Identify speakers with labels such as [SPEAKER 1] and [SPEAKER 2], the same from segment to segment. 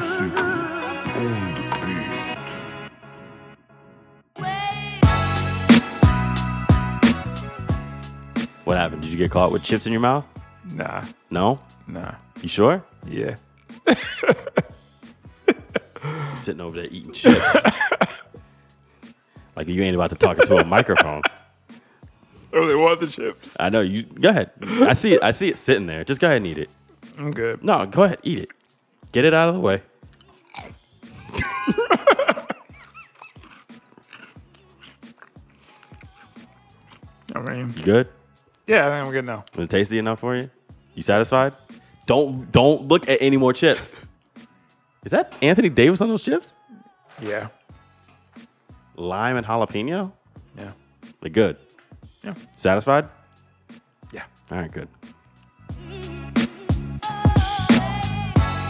[SPEAKER 1] sucre on the beat.
[SPEAKER 2] What happened? Did you get caught with chips in your mouth?
[SPEAKER 3] Nah,
[SPEAKER 2] No?
[SPEAKER 3] nah.
[SPEAKER 2] You sure?
[SPEAKER 3] Yeah.
[SPEAKER 2] You sitting over there eating chips. like you ain't about to talk into a microphone.
[SPEAKER 3] Oh, they want the chips.
[SPEAKER 2] I know you go ahead. I see it. I see it sitting there. Just go ahead and eat it.
[SPEAKER 3] I'm good.
[SPEAKER 2] No, go ahead, eat it. Get it out of the way.
[SPEAKER 3] I mean,
[SPEAKER 2] You good?
[SPEAKER 3] yeah, I think I'm good now.
[SPEAKER 2] Was it tasty enough for you? You satisfied? Don't don't look at any more chips. Is that Anthony Davis on those chips?
[SPEAKER 3] Yeah.
[SPEAKER 2] Lime and jalapeno?
[SPEAKER 3] Yeah.
[SPEAKER 2] They're good.
[SPEAKER 3] Yeah.
[SPEAKER 2] Satisfied?
[SPEAKER 3] Yeah.
[SPEAKER 2] All right, good.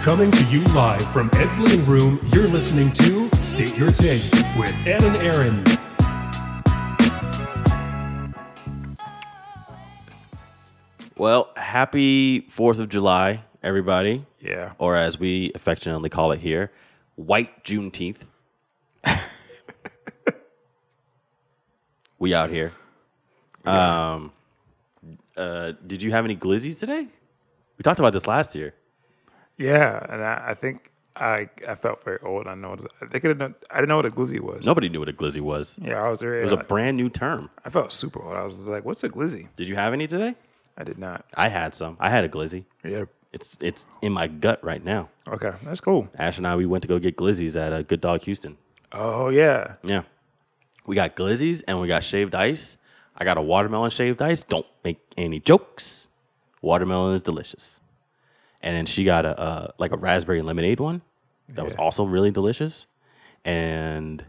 [SPEAKER 4] Coming to you live from Ed's living room, you're listening to State Your Take with Ed and Aaron.
[SPEAKER 2] Well, happy 4th of July, everybody.
[SPEAKER 3] Yeah.
[SPEAKER 2] Or as we affectionately call it here, White Juneteenth. we out here. Um, uh, did you have any glizzies today? We talked about this last year.
[SPEAKER 3] Yeah. And I, I think I I felt very old. I know. What, I think I didn't know, I didn't know what a glizzy was.
[SPEAKER 2] Nobody knew what a glizzy was.
[SPEAKER 3] Yeah, I was very. uh,
[SPEAKER 2] It was a brand new term.
[SPEAKER 3] I felt super old. I was like, "What's a glizzy?"
[SPEAKER 2] Did you have any today?
[SPEAKER 3] I did not.
[SPEAKER 2] I had some. I had a glizzy.
[SPEAKER 3] Yeah.
[SPEAKER 2] It's it's in my gut right now.
[SPEAKER 3] Okay, that's cool.
[SPEAKER 2] Ash and I we went to go get glizzies at a Good Dog Houston.
[SPEAKER 3] Oh yeah.
[SPEAKER 2] Yeah. We got glizzies and we got shaved ice. I got a watermelon shaved ice. Don't make any jokes. Watermelon is delicious. And then she got a uh, like a raspberry lemonade one that was
[SPEAKER 3] Yeah.
[SPEAKER 2] also really delicious. And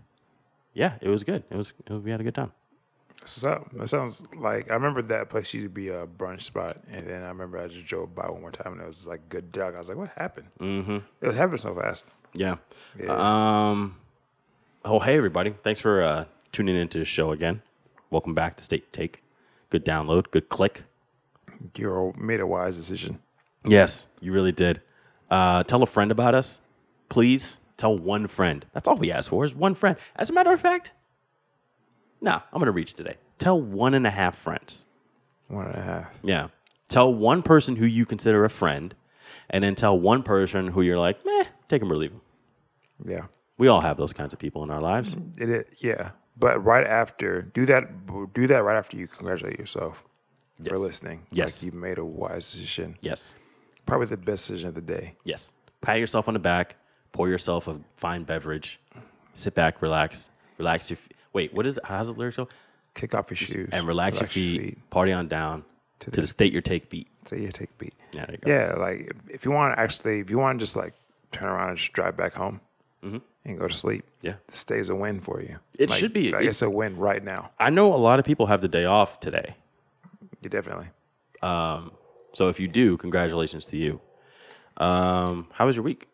[SPEAKER 2] yeah, it was good. It was, it was we had a good time.
[SPEAKER 3] That's what's up. That sounds like I remember that place used to be a brunch spot, and then I remember I just drove by one more time, and it was like good dog. I was like, "What happened?" Mm-hmm. It happened so fast.
[SPEAKER 2] Yeah. Um. Oh, hey everybody! Thanks for uh, tuning into the show again. Welcome back to State Take. Good download. Good click.
[SPEAKER 3] You all made a wise decision.
[SPEAKER 2] Yes, you really did. Uh, tell a friend about us, please. Tell one friend. That's all we ask for is one friend. As a matter of fact, nah, I'm gonna reach today. Tell one and a half friends.
[SPEAKER 3] One and a half.
[SPEAKER 2] Yeah. Tell one person who you consider a friend, and then tell one person who you're like, meh, take him or leave him.
[SPEAKER 3] Yeah.
[SPEAKER 2] We all have those kinds of people in our lives.
[SPEAKER 3] It, it yeah. But right after, do that. Do that right after you congratulate yourself for listening.
[SPEAKER 2] Yes.
[SPEAKER 3] like you made a wise decision.
[SPEAKER 2] Yes.
[SPEAKER 3] Probably the best decision of the day.
[SPEAKER 2] Yes. Pat yourself on the back, pour yourself a fine beverage, sit back, relax, relax your feet. Wait, what is it? How's the lyric go?
[SPEAKER 3] Kick off your shoes
[SPEAKER 2] And relax, your, feet, party on down to, the state your take beat.
[SPEAKER 3] So you take a beat.
[SPEAKER 2] Yeah, there you go.
[SPEAKER 3] Yeah, like if, if you want to actually, if you want to just like turn around and just drive back home and go to sleep,
[SPEAKER 2] Mm-hmm. Yeah.
[SPEAKER 3] this day's a win for you.
[SPEAKER 2] It
[SPEAKER 3] Like-
[SPEAKER 2] should be.
[SPEAKER 3] Like
[SPEAKER 2] It-
[SPEAKER 3] it's a win right now.
[SPEAKER 2] I know a lot of people have the day off today.
[SPEAKER 3] You definitely.
[SPEAKER 2] So if you do, congratulations to you. Um, how was your week?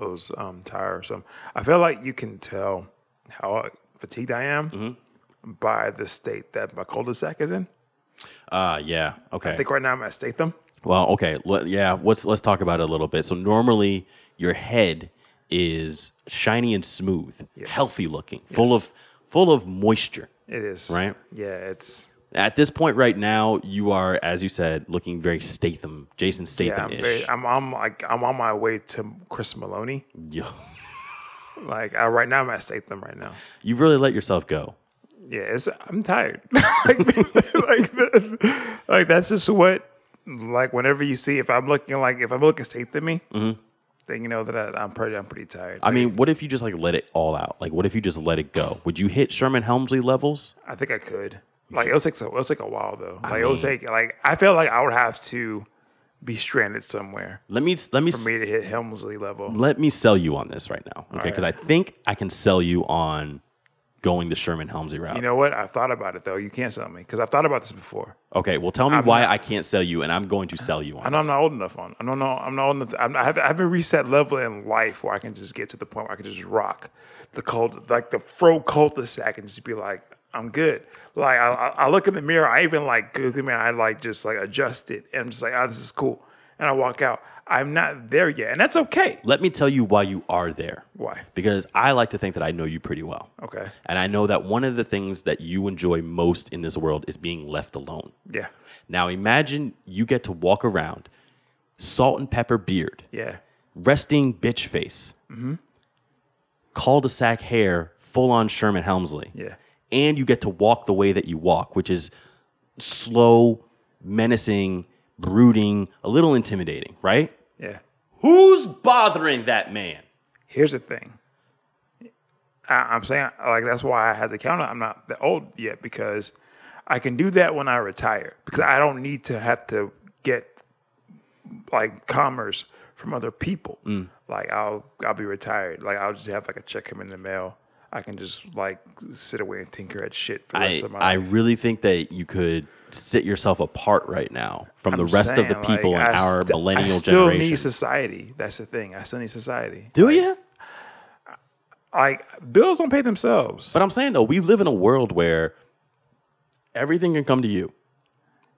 [SPEAKER 3] It was um, tiresome. I feel like you can tell how fatigued I am
[SPEAKER 2] Mm-hmm.
[SPEAKER 3] by the state that my cul-de-sac is in.
[SPEAKER 2] Uh, yeah. Okay.
[SPEAKER 3] I think right now I'm at Statham.
[SPEAKER 2] Well, okay, let, yeah. Let's let's talk about it a little bit. So normally your head is shiny and smooth, healthy looking, full
[SPEAKER 3] Yes.
[SPEAKER 2] of full of moisture.
[SPEAKER 3] It is
[SPEAKER 2] Right.
[SPEAKER 3] Yeah, it's
[SPEAKER 2] At this point, right now, you are, as you said, looking very Statham, Jason
[SPEAKER 3] yeah. I'm,
[SPEAKER 2] Statham ish.
[SPEAKER 3] very, I'm I'm like I'm on my way to Chris Maloney.
[SPEAKER 2] Yo,
[SPEAKER 3] Like I, right now I'm at Statham right now.
[SPEAKER 2] you've really let yourself go.
[SPEAKER 3] Yeah, it's, I'm tired. like, like, that- like, that's just what, like, whenever you see, if I'm looking, like, if I'm looking safe to me, then you know that I, I'm pretty, I'm pretty tired.
[SPEAKER 2] Mm-hmm. I mean, what if you just like let it all out? Like, what if you just let it go? Would you hit Sherman Helmsley levels?
[SPEAKER 3] I think I could. Like, it was like, so, it was like a while though. Like, it was like, like, I feel like I would have to be stranded somewhere
[SPEAKER 2] Let me let me
[SPEAKER 3] for me to hit Helmsley level.
[SPEAKER 2] let me sell you on this right now, okay? Because I think I can sell you on going the Sherman Helmsley route.
[SPEAKER 3] You know what? I've thought about it though. You can't sell me because I've thought about this before.
[SPEAKER 2] Okay, well, tell me why I can't sell you, and I'm going to sell you on.
[SPEAKER 3] I know I'm
[SPEAKER 2] this.
[SPEAKER 3] not old enough on. I don't know. I'm not old enough. I'm not, I, haven't, I haven't reached that level in life where I can just get to the point where I can just rock the cult, like the fro cul-de-sac, and just be like, I'm good. Like I, I I look in the mirror. I even like go in the mirror. I like just like adjust it, and I'm just like, oh, this is cool. and I walk out. I'm not there yet, and that's okay.
[SPEAKER 2] Let me tell you why you are there.
[SPEAKER 3] Why?
[SPEAKER 2] Because I like to think that I know you pretty well.
[SPEAKER 3] Okay.
[SPEAKER 2] And I know that one of the things that you enjoy most in this world is being left alone.
[SPEAKER 3] Yeah.
[SPEAKER 2] Now imagine you get to walk around, salt and pepper beard,
[SPEAKER 3] Yeah.
[SPEAKER 2] resting bitch face,
[SPEAKER 3] Mm-hmm.
[SPEAKER 2] cul-de-sac hair, full on Sherman Helmsley.
[SPEAKER 3] Yeah.
[SPEAKER 2] And you get to walk the way that you walk, which is slow, menacing, brooding, a little intimidating, right?
[SPEAKER 3] Yeah.
[SPEAKER 2] Who's bothering that man?
[SPEAKER 3] Here's the thing. I, I'm saying like that's why I had the counter. I'm not that old yet because I can do that when I retire because I don't need to have to get like commerce from other people.
[SPEAKER 2] Mm.
[SPEAKER 3] Like I'll I'll be retired. Like I'll just have like a check come in the mail. I can just like sit away and tinker at shit for the
[SPEAKER 2] I,
[SPEAKER 3] rest of my
[SPEAKER 2] I
[SPEAKER 3] life.
[SPEAKER 2] really think that you could sit yourself apart right now from the
[SPEAKER 3] I'm
[SPEAKER 2] rest of the
[SPEAKER 3] saying, like,
[SPEAKER 2] people in
[SPEAKER 3] I
[SPEAKER 2] our
[SPEAKER 3] st-
[SPEAKER 2] millennial
[SPEAKER 3] I still
[SPEAKER 2] generation.
[SPEAKER 3] need society. That's the thing. I still need society.
[SPEAKER 2] Do you?
[SPEAKER 3] Like bills don't pay themselves.
[SPEAKER 2] But I'm saying though, we live in a world where everything can come to you.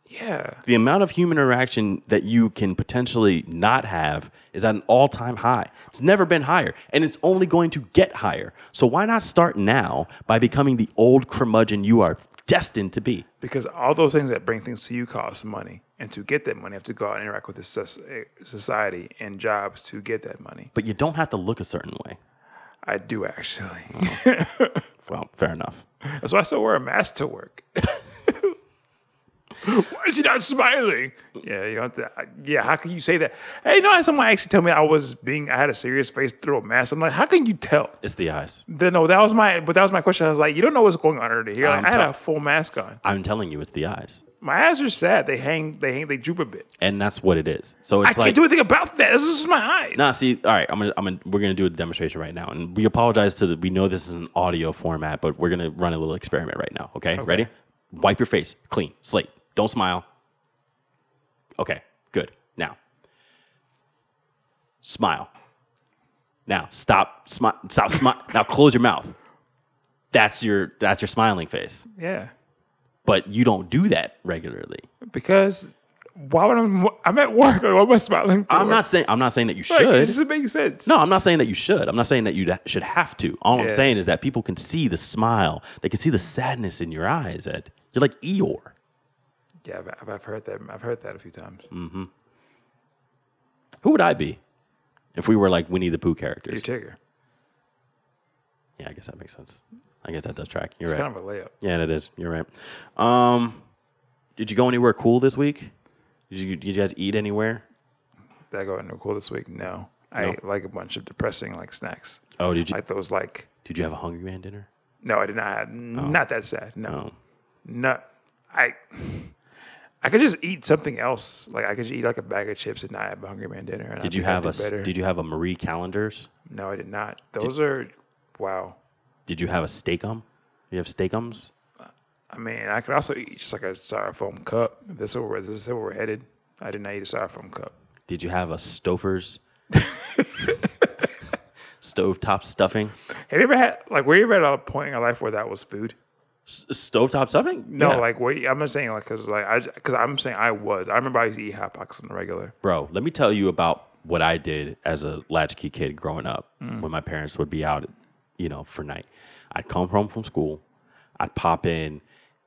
[SPEAKER 3] yeah.
[SPEAKER 2] The amount of human interaction that you can potentially not have is at an all-time high. It's never been higher, and it's only going to get higher. So why not start now by becoming the old curmudgeon you are destined to be?
[SPEAKER 3] because all those things that bring things to you cost money and to get that money you have to go out and interact with the soc- eh, society and jobs to get that money
[SPEAKER 2] But you don't have to look a certain way.
[SPEAKER 3] i do actually
[SPEAKER 2] Well, fair enough.
[SPEAKER 3] that's why i still wear a mask to work why is he not smiling yeah you don't have to, I- yeah how can you say that hey you know I had someone actually tell me i was being i had a serious face through a mask i'm like how can you tell
[SPEAKER 2] It's the eyes.
[SPEAKER 3] then no that was my but that was my question i was like you don't know what's going on under here like,
[SPEAKER 2] I'm
[SPEAKER 3] i had
[SPEAKER 2] tell-
[SPEAKER 3] a full mask on
[SPEAKER 2] I'm telling you, it's the eyes.
[SPEAKER 3] my eyes are sad they hang they hang they droop a bit
[SPEAKER 2] And that's what it is. So
[SPEAKER 3] i
[SPEAKER 2] it's
[SPEAKER 3] can't
[SPEAKER 2] like
[SPEAKER 3] do anything about that this is just my eyes
[SPEAKER 2] Nah, see, all right, I'm gonna, I'm gonna, we're gonna do a demonstration right now, and we apologize to the. We know this is an audio format, but we're gonna run a little experiment right now. Okay, ready? Wipe your face, clean, slate. Don't smile. Okay, good. Now, smile. Now stop, smile. Stop, smile. now close your mouth. That's your that's your smiling face,
[SPEAKER 3] Yeah,
[SPEAKER 2] but you don't do that regularly.
[SPEAKER 3] because why would I? I'm at work. Like, what am I smiling? For?
[SPEAKER 2] I'm not saying I'm not saying that you
[SPEAKER 3] Like,
[SPEAKER 2] should.
[SPEAKER 3] It doesn't make sense.
[SPEAKER 2] No, I'm not saying that you should. I'm not saying that you da- should have to. All I'm
[SPEAKER 3] Yeah.
[SPEAKER 2] saying is that people can see the smile. They can see the sadness in your eyes, Ed. You're like Eeyore.
[SPEAKER 3] Yeah, I've, I've- I've heard that. I've heard that a few times.
[SPEAKER 2] Mm. Who would I be if we were like Winnie the Pooh
[SPEAKER 3] Your
[SPEAKER 2] characters?
[SPEAKER 3] Tigger.
[SPEAKER 2] Yeah, I guess that makes sense. I guess that does track. You're
[SPEAKER 3] It's
[SPEAKER 2] right.
[SPEAKER 3] kind of a layup.
[SPEAKER 2] yeah, it is. You're right. Um, did you go anywhere cool this week? Did you, did you guys eat anywhere?
[SPEAKER 3] Did I go out and cool this week? No, I
[SPEAKER 2] No.
[SPEAKER 3] ate like a bunch of depressing like snacks.
[SPEAKER 2] Oh, did you
[SPEAKER 3] Like those like.
[SPEAKER 2] did you have a Hungry Man dinner?
[SPEAKER 3] No, I did not. have- Not that sad. No,
[SPEAKER 2] Oh. No.
[SPEAKER 3] no. I. I could just eat something else. Like I could just eat like a bag of chips and not have a Hungry Man dinner. and I
[SPEAKER 2] Did you
[SPEAKER 3] think I'd
[SPEAKER 2] have
[SPEAKER 3] do
[SPEAKER 2] a s-
[SPEAKER 3] better.
[SPEAKER 2] Did you have a Marie Callender's?
[SPEAKER 3] No, I did not. Those are wow.
[SPEAKER 2] Did you have a steakum? You have steakums?
[SPEAKER 3] I mean, I could also eat just like a styrofoam cup. If this is where, this is where we're headed. I did not eat a styrofoam cup.
[SPEAKER 2] Did you have a Stouffer's stovetop stuffing?
[SPEAKER 3] Have you ever had like were you ever at a point in your life where that was food?
[SPEAKER 2] S- stovetop stuffing?
[SPEAKER 3] No,
[SPEAKER 2] Yeah.
[SPEAKER 3] like where you- I'm not saying like because like I because I'm saying I was. I remember I used to eat hot pockets on the regular.
[SPEAKER 2] bro. Let me tell you about what I did as a latchkey kid growing up.
[SPEAKER 3] Mm.
[SPEAKER 2] When my parents would be out, you know, for night, I'd come home from school. I'd pop in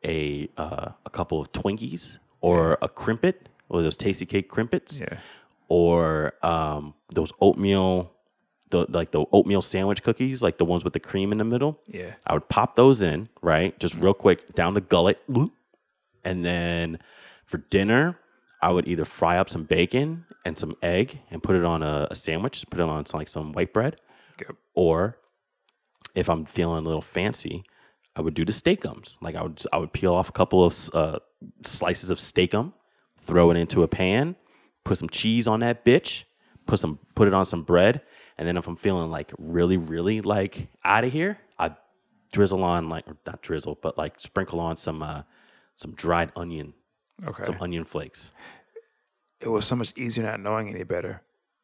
[SPEAKER 2] a uh, a couple of Twinkies or a crimpet or those tasty cake crimpets,
[SPEAKER 3] Yeah.
[SPEAKER 2] or um, those oatmeal. The, like the oatmeal sandwich cookies, like the ones with the cream in the middle.
[SPEAKER 3] Yeah.
[SPEAKER 2] I would pop those in, right? Just real quick down the gullet. And then for dinner, I would either fry up some bacon and some egg and put it on a, a sandwich, put it on some, like some white bread.
[SPEAKER 3] Yep.
[SPEAKER 2] Or if I'm feeling a little fancy, I would do the steakums. Like I would, I would peel off a couple of s- uh, slices of steakum, throw it into a pan, put some cheese on that bitch, put some, put it on some bread, and then if I'm feeling like really, really like out of here, I drizzle on like or not drizzle, but like sprinkle on some uh, some dried onion,
[SPEAKER 3] Okay.
[SPEAKER 2] some onion flakes.
[SPEAKER 3] it was so much easier not knowing any better.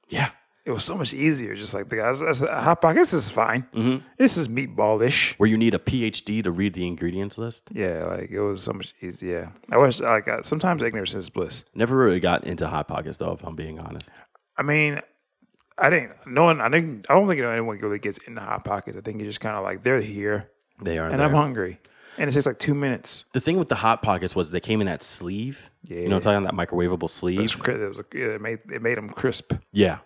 [SPEAKER 2] Yeah.
[SPEAKER 3] it was so much easier. Just like the guys, I said, hot pockets is fine. This is meatballish.
[SPEAKER 2] Where you need a PhD to read the ingredients list.
[SPEAKER 3] Yeah, like it was so much easier. I wish, like, I, sometimes ignorance is bliss.
[SPEAKER 2] Never really got into hot pockets though, if I'm being honest.
[SPEAKER 3] I mean, I didn't. No one. I didn't. I don't think anyone really gets into hot pockets. I think it's just kind of like they're here,
[SPEAKER 2] They are.
[SPEAKER 3] and
[SPEAKER 2] there.
[SPEAKER 3] I'm hungry, and it takes like two minutes.
[SPEAKER 2] the thing with the hot pockets was they came in that sleeve. You know, what I'm talking about that microwavable
[SPEAKER 3] It's
[SPEAKER 2] sleeve.
[SPEAKER 3] cri- It, was, it made it made them crisp,
[SPEAKER 2] Yeah.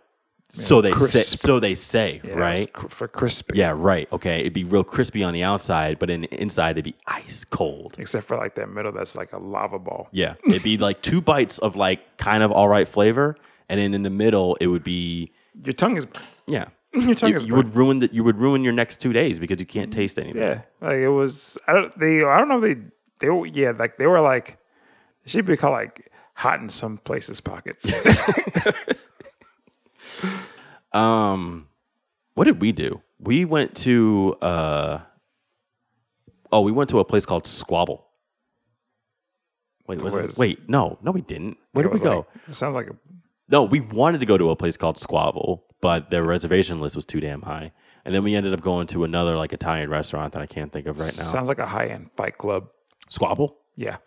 [SPEAKER 2] So they say,
[SPEAKER 3] crisp.
[SPEAKER 2] so they say,
[SPEAKER 3] Yeah, it was
[SPEAKER 2] right?
[SPEAKER 3] cr- for crisp.
[SPEAKER 2] Yeah, right. Okay, it'd be real crispy on the outside, but in the inside it'd be ice cold.
[SPEAKER 3] except for like that middle that's like a lava ball.
[SPEAKER 2] Yeah, it'd be like two bites of like kind of all right flavor, and then in the middle it would be
[SPEAKER 3] Your tongue is burnt.
[SPEAKER 2] yeah.
[SPEAKER 3] Your tongue
[SPEAKER 2] You,
[SPEAKER 3] is
[SPEAKER 2] you
[SPEAKER 3] burnt.
[SPEAKER 2] would ruin that. You would ruin your next two days because you can't taste anything.
[SPEAKER 3] Mm-hmm. Yeah, like it was. I don't. They. I don't know. If they. They. Were, yeah. Like they were like. It should be called like hot in some places pockets.
[SPEAKER 2] Um, what did we do? We went to uh, oh, we went to a place called Squabble. Wait, was
[SPEAKER 3] Where's-
[SPEAKER 2] it? Wait, no, no, we didn't. Where did we
[SPEAKER 3] It was
[SPEAKER 2] go?
[SPEAKER 3] like- it sounds like a,
[SPEAKER 2] No, we wanted to go to a place called Squabble, but their reservation list was too damn high. And then we ended up going to another like Italian restaurant that I can't think of right now.
[SPEAKER 3] sounds like a high end fight club.
[SPEAKER 2] Squabble.
[SPEAKER 3] Yeah.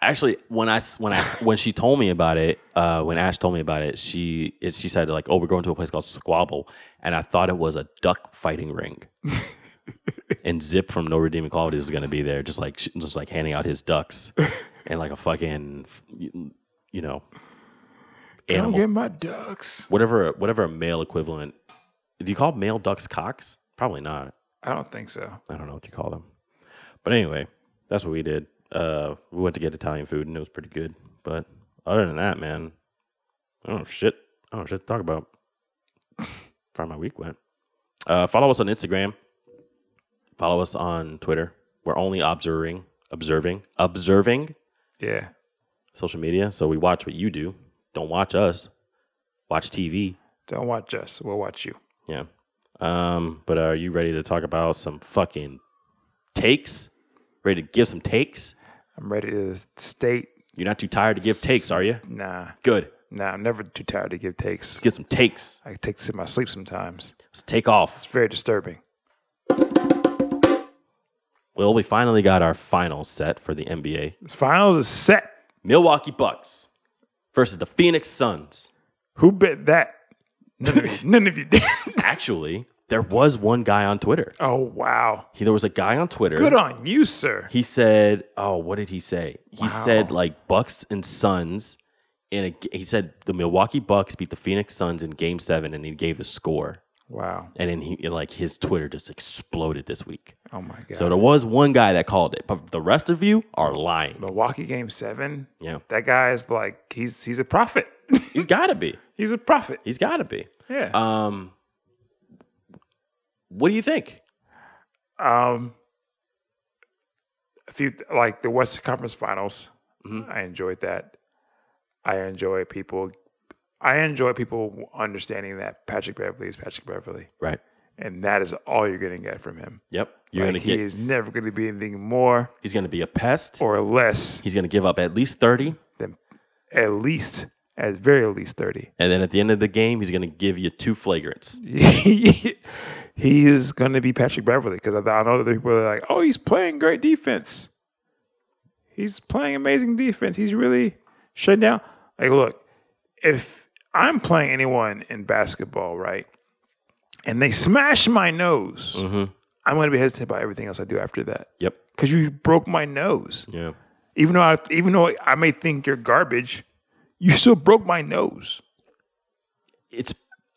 [SPEAKER 2] Actually, when I s- when I when she told me about it, uh, when Ash told me about it, she it, she said like, "Oh, we're going to a place called Squabble," and I thought it was a duck fighting ring. and Zip from No Redeeming Qualities is going to be there, just like sh- just like handing out his ducks and like a fucking you know
[SPEAKER 3] Don't
[SPEAKER 2] animal
[SPEAKER 3] get my ducks.
[SPEAKER 2] whatever whatever a male equivalent. Do you call male ducks cocks? Probably not.
[SPEAKER 3] I don't think so.
[SPEAKER 2] I don't know what you call them. But anyway, that's what we did. Uh, we went to get Italian food and it was pretty good. But other than that, man, I don't know shit. I don't know shit to talk about. How my week went. Uh, follow us on Instagram. Follow us on Twitter. We're only observing, observing, observing
[SPEAKER 3] Yeah.
[SPEAKER 2] social media. So we watch what you do. Don't watch us. Watch TV.
[SPEAKER 3] Don't watch us. We'll watch you.
[SPEAKER 2] Yeah. Um, but are you ready to talk about some fucking takes? Ready to give some takes?
[SPEAKER 3] I'm ready to state.
[SPEAKER 2] You're not too tired to give takes, are you?
[SPEAKER 3] Nah.
[SPEAKER 2] Good.
[SPEAKER 3] Nah. I'm never too tired to give takes.
[SPEAKER 2] Let's get some takes.
[SPEAKER 3] I take this in my sleep sometimes.
[SPEAKER 2] Let's take off.
[SPEAKER 3] It's very disturbing.
[SPEAKER 2] Well, we finally got our final set for the NBA.
[SPEAKER 3] This finals is set.
[SPEAKER 2] Milwaukee Bucks versus the Phoenix Suns.
[SPEAKER 3] Who bet that? None of you, none of you did.
[SPEAKER 2] Actually, there was one guy on Twitter.
[SPEAKER 3] oh wow.
[SPEAKER 2] He, there was a guy on Twitter.
[SPEAKER 3] Good on you, sir.
[SPEAKER 2] he said, "Oh, what did he say?" He said like Bucks and Suns in a. g- He said the Milwaukee Bucks beat the Phoenix Suns in Game Seven, and he gave the score.
[SPEAKER 3] Wow.
[SPEAKER 2] And then he like his Twitter just exploded this week.
[SPEAKER 3] Oh my god.
[SPEAKER 2] So there was one guy that called it, but the rest of you are lying.
[SPEAKER 3] Milwaukee game seven.
[SPEAKER 2] Yeah,
[SPEAKER 3] That guy is like he's he's a prophet.
[SPEAKER 2] he's got to be.
[SPEAKER 3] he's a prophet.
[SPEAKER 2] He's got to be.
[SPEAKER 3] Yeah.
[SPEAKER 2] Um, what do you think?
[SPEAKER 3] Um, a few like the Western Conference Finals.
[SPEAKER 2] Mhm.
[SPEAKER 3] I enjoyed that. I enjoy people. I enjoy people understanding that Patrick Beverly is Patrick Beverly,
[SPEAKER 2] Right.
[SPEAKER 3] and that is all you're going to get from him.
[SPEAKER 2] Yep. You're
[SPEAKER 3] Like,
[SPEAKER 2] gonna
[SPEAKER 3] he
[SPEAKER 2] get.
[SPEAKER 3] is never going to be anything more
[SPEAKER 2] He's gonna be a pest.
[SPEAKER 3] or less
[SPEAKER 2] He's gonna give up at least thirty,
[SPEAKER 3] than at least, at very least, thirty.
[SPEAKER 2] and then at the end of the game, he's gonna give you two flagrants.
[SPEAKER 3] he is going to be Patrick Beverly because I, I know that people are like, oh, he's playing great defense. He's playing amazing defense. He's really shutting down. Like, look, if I'm playing anyone in basketball, right, and they smash my nose, I'm going to be hesitant about everything else I do after that
[SPEAKER 2] Yep.
[SPEAKER 3] because you broke my nose.
[SPEAKER 2] Yeah.
[SPEAKER 3] Even though I, even though I may think you're garbage, you still broke my nose.
[SPEAKER 2] it's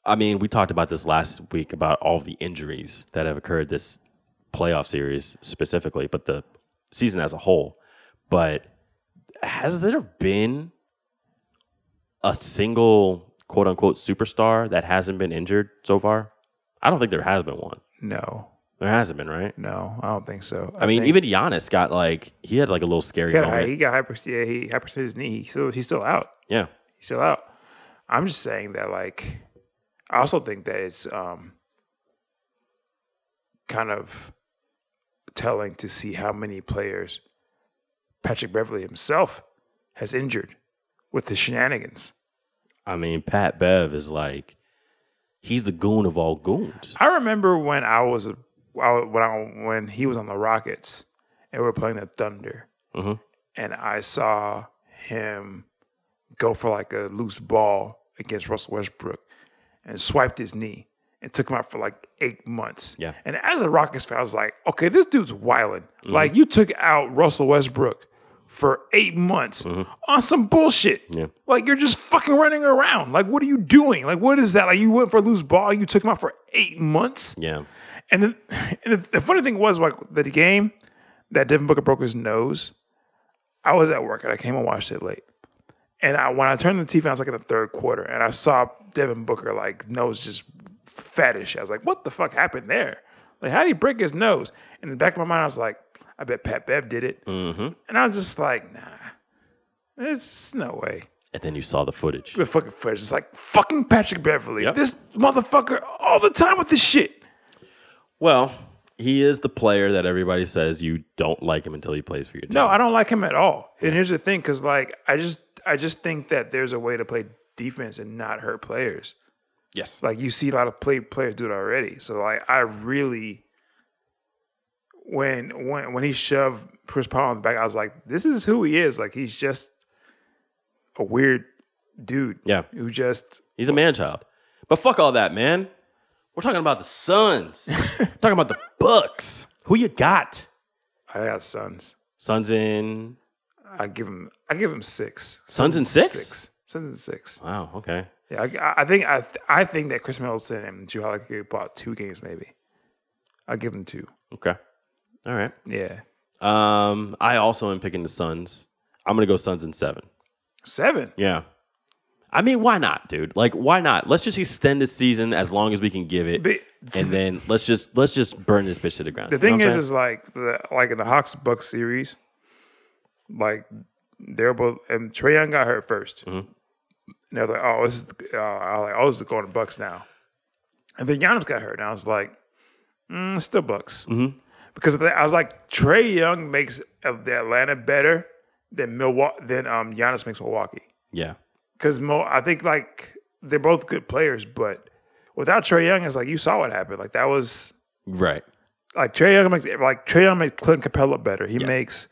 [SPEAKER 2] I mean, we talked about this last week about all the injuries that have occurred this playoff series specifically, but the season as a whole. But has there been a single quote unquote superstar that hasn't been injured so far? I don't think there has been one.
[SPEAKER 3] No,
[SPEAKER 2] There hasn't been, right?
[SPEAKER 3] no, I don't think so.
[SPEAKER 2] I, mean,
[SPEAKER 3] think-
[SPEAKER 2] even Giannis got like he had like a little scary
[SPEAKER 3] He got,
[SPEAKER 2] moment.
[SPEAKER 3] hy- he got hyper. Yeah, he hyperextended his knee. So he's still out.
[SPEAKER 2] yeah.
[SPEAKER 3] He's still out. I'm just saying that, like, I also think that it's um, kind of telling to see how many players Patrick Beverly himself has injured with his shenanigans.
[SPEAKER 2] I mean, Pat Bev is like He's the goon of all goons.
[SPEAKER 3] I remember when I was a- I- when I, when he was on the Rockets and we were playing the Thunder,
[SPEAKER 2] Mhm.
[SPEAKER 3] and I saw him go for like a loose ball against Russell Westbrook and swiped his knee and took him out for like eight months.
[SPEAKER 2] Yeah. Mm-hmm.
[SPEAKER 3] And as a Rockets fan, I was like, okay, this dude's wilding. Like you took out Russell Westbrook for eight months on some bullshit.
[SPEAKER 2] Mm-hmm. Yeah.
[SPEAKER 3] Like you're just fucking running around. Like what are you doing? Like what is that? Like you went for a loose ball, you took him out for eight months.
[SPEAKER 2] Yeah.
[SPEAKER 3] And, then, and the, the funny thing was, like the game that Devin Booker broke his nose, I was at work and I came and watched it late. And I, when I turned the TV, on, I was like in the third quarter, and I saw Devin Booker like nose just fattish. I was like, "What the fuck happened there? Like, how did he break his nose?" And in the back of my mind, I was like, "I bet Pat Bev did it." And I was just like, "Nah, it's no way."
[SPEAKER 2] And then you saw the footage.
[SPEAKER 3] The fucking footage is like fucking Patrick Beverly,
[SPEAKER 2] Yep.
[SPEAKER 3] this motherfucker all the time with this shit.
[SPEAKER 2] Well, he is the player that everybody says you don't like him until he plays for your team.
[SPEAKER 3] No, I don't like him at all. And here's the thing, because like I just I just think that there's a way to play defense and not hurt players.
[SPEAKER 2] yes.
[SPEAKER 3] Like you see a lot of play players do it already. So like I really when when when he shoved Chris Paul in the back, I was like, this is who he is. Like he's just a weird dude
[SPEAKER 2] Yeah.
[SPEAKER 3] who just
[SPEAKER 2] He's a man child. But fuck all that, man. We're talking about the Suns. We're talking about the Bucks. Who you got?
[SPEAKER 3] I got sons.
[SPEAKER 2] Suns in.
[SPEAKER 3] I give him I give him six.
[SPEAKER 2] Suns in six?
[SPEAKER 3] Suns and six.
[SPEAKER 2] Wow. Okay.
[SPEAKER 3] Yeah, I, I think I I think that Chris Middleton and Drew Holiday bought two games maybe. I'll give them two.
[SPEAKER 2] Okay. All right.
[SPEAKER 3] Yeah,
[SPEAKER 2] Um, I also am picking the Suns. I'm gonna go Suns in seven.
[SPEAKER 3] seven.
[SPEAKER 2] Yeah. I mean, why not, dude? Like, why not? Let's just extend this season as long as we can give it,
[SPEAKER 3] But
[SPEAKER 2] and then let's just let's just burn this bitch to the ground.
[SPEAKER 3] the
[SPEAKER 2] You know
[SPEAKER 3] thing
[SPEAKER 2] what I'm saying?
[SPEAKER 3] is, is like the, like in the Hawks Bucks series, like they're both and Trae Young got hurt 1st
[SPEAKER 2] Mm-hmm.
[SPEAKER 3] And they're like, oh, this is uh, I was like, oh, this is going to Bucks now. And then Giannis got hurt, and I was like, mm, it's still Bucks
[SPEAKER 2] Mm-hmm.
[SPEAKER 3] because of that, I was like, Trey Young makes of the Atlanta better than Milwaukee than um Giannis makes Milwaukee.
[SPEAKER 2] yeah,
[SPEAKER 3] because Mo, I think like they're both good players, but without Trey Young, it's like you saw what happened. Like that was
[SPEAKER 2] right.
[SPEAKER 3] like Trey Young makes like Trey Young makes Clint Capella better. He
[SPEAKER 2] Yes.
[SPEAKER 3] makes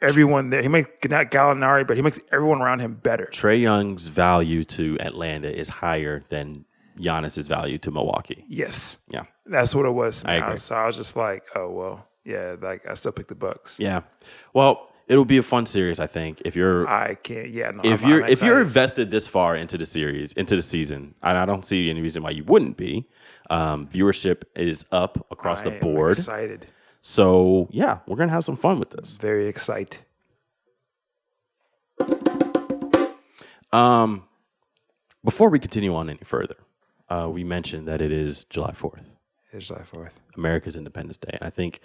[SPEAKER 3] everyone there. He makes not Gallinari, but he makes everyone around him better.
[SPEAKER 2] Trey Young's value to Atlanta is higher than Giannis's value to Milwaukee.
[SPEAKER 3] Yes,
[SPEAKER 2] Yeah,
[SPEAKER 3] that's what it was.
[SPEAKER 2] I agree.
[SPEAKER 3] So I was just like, oh well, yeah. Like I still pick the Bucks.
[SPEAKER 2] yeah. Well, it'll be a fun series, I think. If you're
[SPEAKER 3] I can't. Yeah, no.
[SPEAKER 2] if
[SPEAKER 3] I'm-
[SPEAKER 2] you're
[SPEAKER 3] I'm
[SPEAKER 2] if you're
[SPEAKER 3] excited.
[SPEAKER 2] invested this far into the series, into the season, and I don't see any reason why you wouldn't be. Um, viewership is up across
[SPEAKER 3] I
[SPEAKER 2] the
[SPEAKER 3] am
[SPEAKER 2] board,
[SPEAKER 3] excited,
[SPEAKER 2] so yeah, we're gonna have some fun with this.
[SPEAKER 3] very excited.
[SPEAKER 2] Um, before we continue on any further, uh, we mentioned that it is July Fourth,
[SPEAKER 3] It's July fourth.
[SPEAKER 2] America's Independence Day, and I think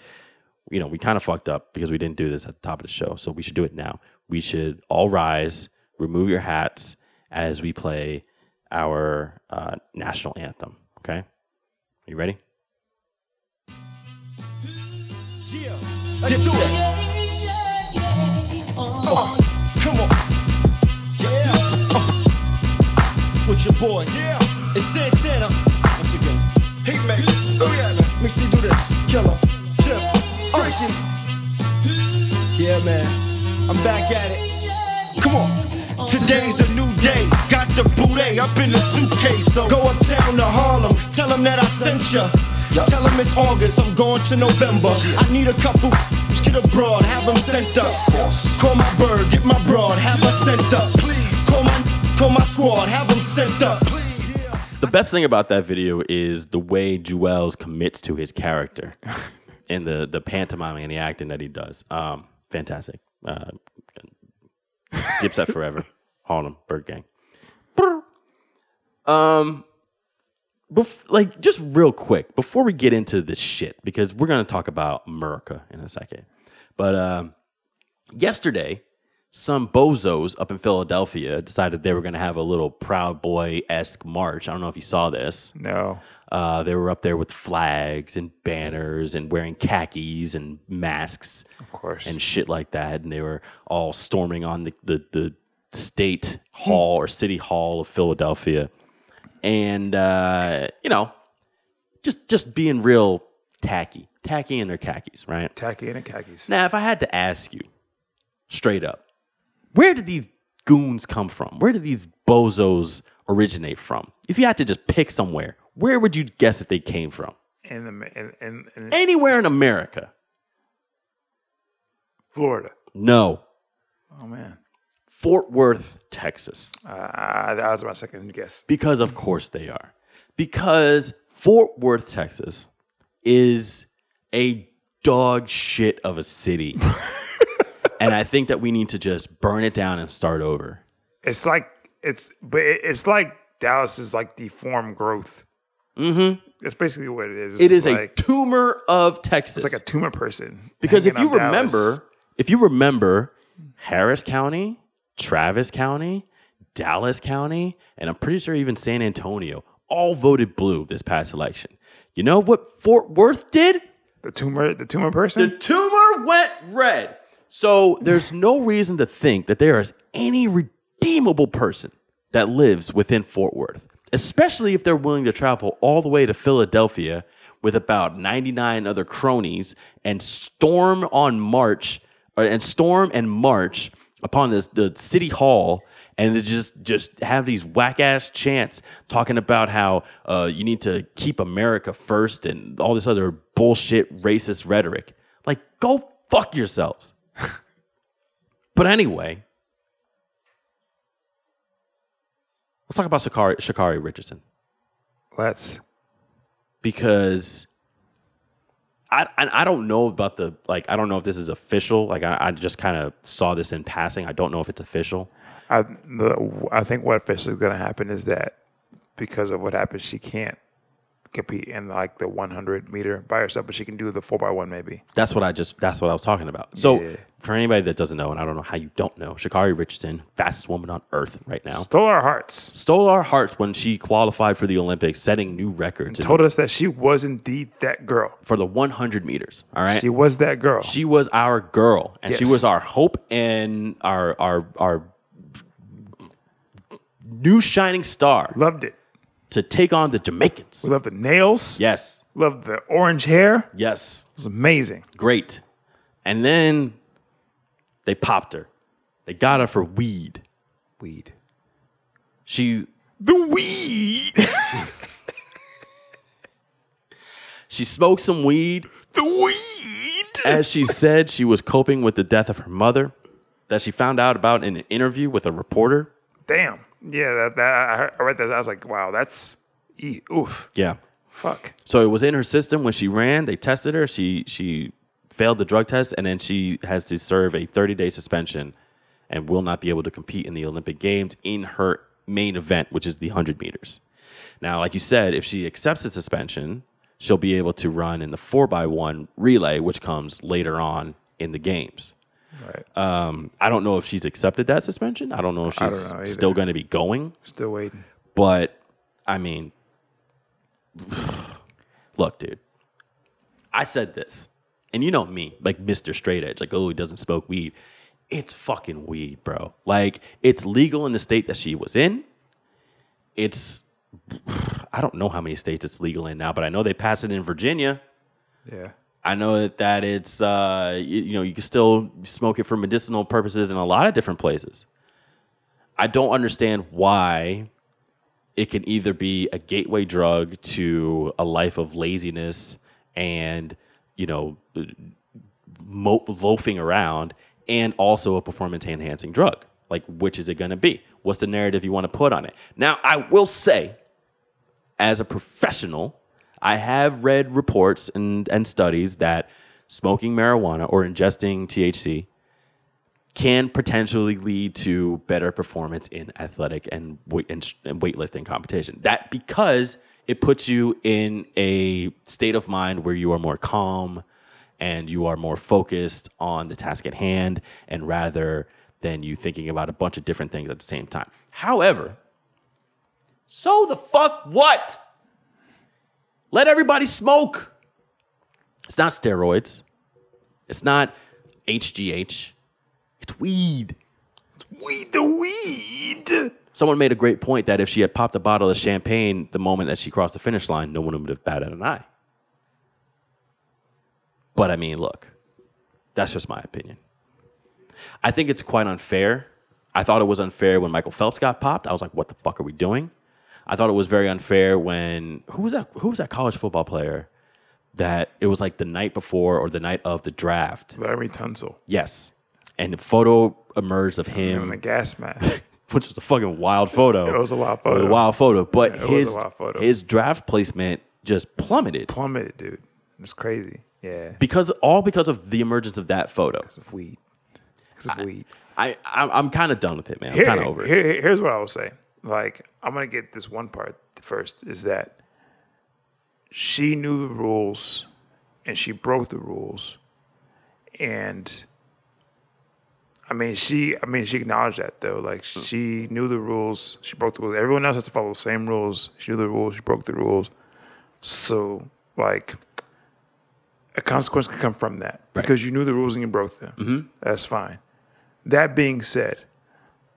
[SPEAKER 2] you know we kind of fucked up because we didn't do this at the top of the show, so we should do it now. We should all rise, remove your hats as we play our uh, national anthem. Okay, you ready?
[SPEAKER 5] Uh, Come on. Yeah. Uh, with your boy. Yeah. It's Santana. Once again. Heatmaker. Louisiana. Mixy do this. Killer. Chip. Freaking. Yeah, man. I'm back at it. Come on. Today's a new day. Got the booty up in the suitcase. So go uptown to Harlem. Tell them that I sent ya. Tell them it's August. I'm going to November. I need a couple. Get abroad. Have them sent up. Call my bird. Get my broad. Have her sent up. Please. Call my, call my squad. Have them sent up. Please.
[SPEAKER 2] The best thing about that video is the way Juels commits to his character and the the pantomiming and the acting that he does. Um, fantastic. Uh, Dipset forever. Harlem Bird Gang. Brr. Um, bef- like just real quick before we get into this shit because we're gonna talk about America in a second. But um, yesterday, some bozos up in Philadelphia decided they were going to have a little Proud Boy esque march. I don't know if you saw this.
[SPEAKER 3] No.
[SPEAKER 2] Uh, they were up there with flags and banners and wearing khakis and masks
[SPEAKER 3] Of course.
[SPEAKER 2] and shit like that. And they were all storming on the, the, the state hall or city hall of Philadelphia and uh, you know, just just being real tacky, tacky in their khakis, right?
[SPEAKER 3] Tacky and the khakis.
[SPEAKER 2] Now, if I had to ask you straight up, where did these goons come from? Where did these bozos originate from? If you had to just pick somewhere, where would you guess that they came from?
[SPEAKER 3] In the in, in, in
[SPEAKER 2] Anywhere in America?
[SPEAKER 3] Florida.
[SPEAKER 2] No.
[SPEAKER 3] Oh man,
[SPEAKER 2] Fort Worth, Texas.
[SPEAKER 3] uh, that was my second guess.
[SPEAKER 2] Because of course they are. Because Fort Worth, Texas is a dog shit of a city. and I think that we need to just burn it down and start over.
[SPEAKER 3] It's like it's but it, it's like Dallas is like deformed growth. Mm-hmm. That's basically what it is.
[SPEAKER 2] It is
[SPEAKER 3] like,
[SPEAKER 2] a tumor of Texas.
[SPEAKER 3] it's like a tumor person.
[SPEAKER 2] because if you
[SPEAKER 3] hanging on Dallas.
[SPEAKER 2] remember, if you remember Harris County, Travis County, Dallas County, and I'm pretty sure even San Antonio all voted blue this past election. You know what Fort Worth did?
[SPEAKER 3] the tumor, the tumor
[SPEAKER 2] The
[SPEAKER 3] person.
[SPEAKER 2] tumor went red. So there's no reason to think that there is any redeemable person that lives within Fort Worth, especially if they're willing to travel all the way to Philadelphia with about 99 other cronies and storm on march or, and storm and march upon this the city hall and to just just have these whack ass chants talking about how uh, you need to keep America first and all this other bullshit racist rhetoric. Like, go fuck yourselves. but anyway, let's talk about Shakari, Shakari Richardson
[SPEAKER 3] Let's.
[SPEAKER 2] because I, I I don't know about the like I don't know if this is official. Like I, I just kind of saw this in passing. I don't know if it's official.
[SPEAKER 3] I, the, I think what officially is going to happen is that because of what happened, she can't compete in like the 100 meter by herself, but she can do the four by one maybe.
[SPEAKER 2] That's what I just. That's what I was talking about. So
[SPEAKER 3] Yeah.
[SPEAKER 2] for anybody that doesn't know, and I don't know how you don't know, Shakari Richardson, fastest woman on earth right now,
[SPEAKER 3] Stole our hearts.
[SPEAKER 2] stole our hearts when she qualified for the Olympics, setting new records in-
[SPEAKER 3] Told us that she was indeed that girl.
[SPEAKER 2] for the 100 meters. All right,
[SPEAKER 3] She was that girl.
[SPEAKER 2] she was our girl, and she
[SPEAKER 3] Yes.
[SPEAKER 2] was our hope and our our our new shining star
[SPEAKER 3] loved it.
[SPEAKER 2] to take on the Jamaicans.
[SPEAKER 3] Loved the nails.
[SPEAKER 2] Yes,
[SPEAKER 3] Loved the orange hair. It
[SPEAKER 2] yes,
[SPEAKER 3] was amazing.
[SPEAKER 2] great. And then they popped her. They got her for weed.
[SPEAKER 3] Weed.
[SPEAKER 2] She
[SPEAKER 3] The weed.
[SPEAKER 2] She smoked some weed.
[SPEAKER 3] the weed.
[SPEAKER 2] As she said, she was coping with the death of her mother that she found out about in an interview with a reporter.
[SPEAKER 3] Damn. Yeah, that, that I, heard, I read that. I was like, wow, that's e- oof.
[SPEAKER 2] Yeah.
[SPEAKER 3] Fuck.
[SPEAKER 2] So it was in her system when she ran. They tested her. She she failed the drug test and then she has to serve a 30-day suspension and will not be able to compete in the Olympic Games in her main event, which is the 100 meters. Now, like you said, if she accepts the suspension, she'll be able to run in the 4x1 relay, which comes later on in the games.
[SPEAKER 3] Right.
[SPEAKER 2] Um, I don't know if she's accepted that suspension. I don't know if
[SPEAKER 3] I don't
[SPEAKER 2] she's
[SPEAKER 3] know either.
[SPEAKER 2] still going to be going,
[SPEAKER 3] Still waiting.
[SPEAKER 2] but I mean, look, dude, I said this, and you know me, like Mr. Straight Edge, like, oh, he doesn't smoke weed. It's fucking weed, bro. Like, it's legal in the state that she was in. It's, I don't know how many states it's legal in now, but I know they passed it in Virginia.
[SPEAKER 3] Yeah.
[SPEAKER 2] I know that, that it's uh, y- you, know you can still smoke it for medicinal purposes in a lot of different places. I don't understand why it can either be a gateway drug to a life of laziness and you know mo- loafing around and also a performance enhancing drug. Like which is it going to be? What's the narrative you want to put on it? Now I will say as a professional, I have read reports and, and studies that smoking marijuana or ingesting THC can potentially lead to better performance in athletic and, weight, and, s- and weightlifting competition. That because it puts you in a state of mind where you are more calm and you are more focused on the task at hand and rather than you thinking about a bunch of different things at the same time. However, so the fuck what? Let everybody smoke. It's not steroids. It's not HGH. It's weed.
[SPEAKER 3] Weed the weed.
[SPEAKER 2] Someone made a great point that if she had popped a bottle of champagne the moment that she crossed the finish line, no one would have batted an eye. But I mean, look, that's just my opinion. I think it's quite unfair. I thought it was unfair when Michael Phelps got popped. I was like, what the fuck are we doing? I thought it was very unfair when who was that who was that college football player that it was like the night before or the night of the draft.
[SPEAKER 3] Larry Tunsil.
[SPEAKER 2] Yes. And the photo emerged of
[SPEAKER 3] Him in a
[SPEAKER 2] him,
[SPEAKER 3] gas mask.
[SPEAKER 2] which was a fucking wild photo.
[SPEAKER 3] It was a wild
[SPEAKER 2] It was a
[SPEAKER 3] photo.
[SPEAKER 2] wild photo. But
[SPEAKER 3] Yeah, it was a
[SPEAKER 2] his,
[SPEAKER 3] wild photo.
[SPEAKER 2] his draft placement just plummeted.
[SPEAKER 3] Plummeted, dude. It's crazy. Yeah.
[SPEAKER 2] Because all because of the emergence of that photo.
[SPEAKER 3] It's weed. It's weed.
[SPEAKER 2] I, I'm, I'm kind of done with it, man. I'm
[SPEAKER 3] Here-
[SPEAKER 2] kind of over it.
[SPEAKER 3] here- here- here's what I will say. Like, I'm gonna get this one part first. Is that she knew the rules, and she broke the rules, and I mean, she. I mean, she acknowledged that though. Like, she knew the rules. She broke the rules. Everyone else has to follow the same rules. She knew the rules. She broke the rules. So, like, a consequence could come from that
[SPEAKER 2] Right. Mm-hmm.
[SPEAKER 3] because you knew the rules and you broke them. That's fine. That being said,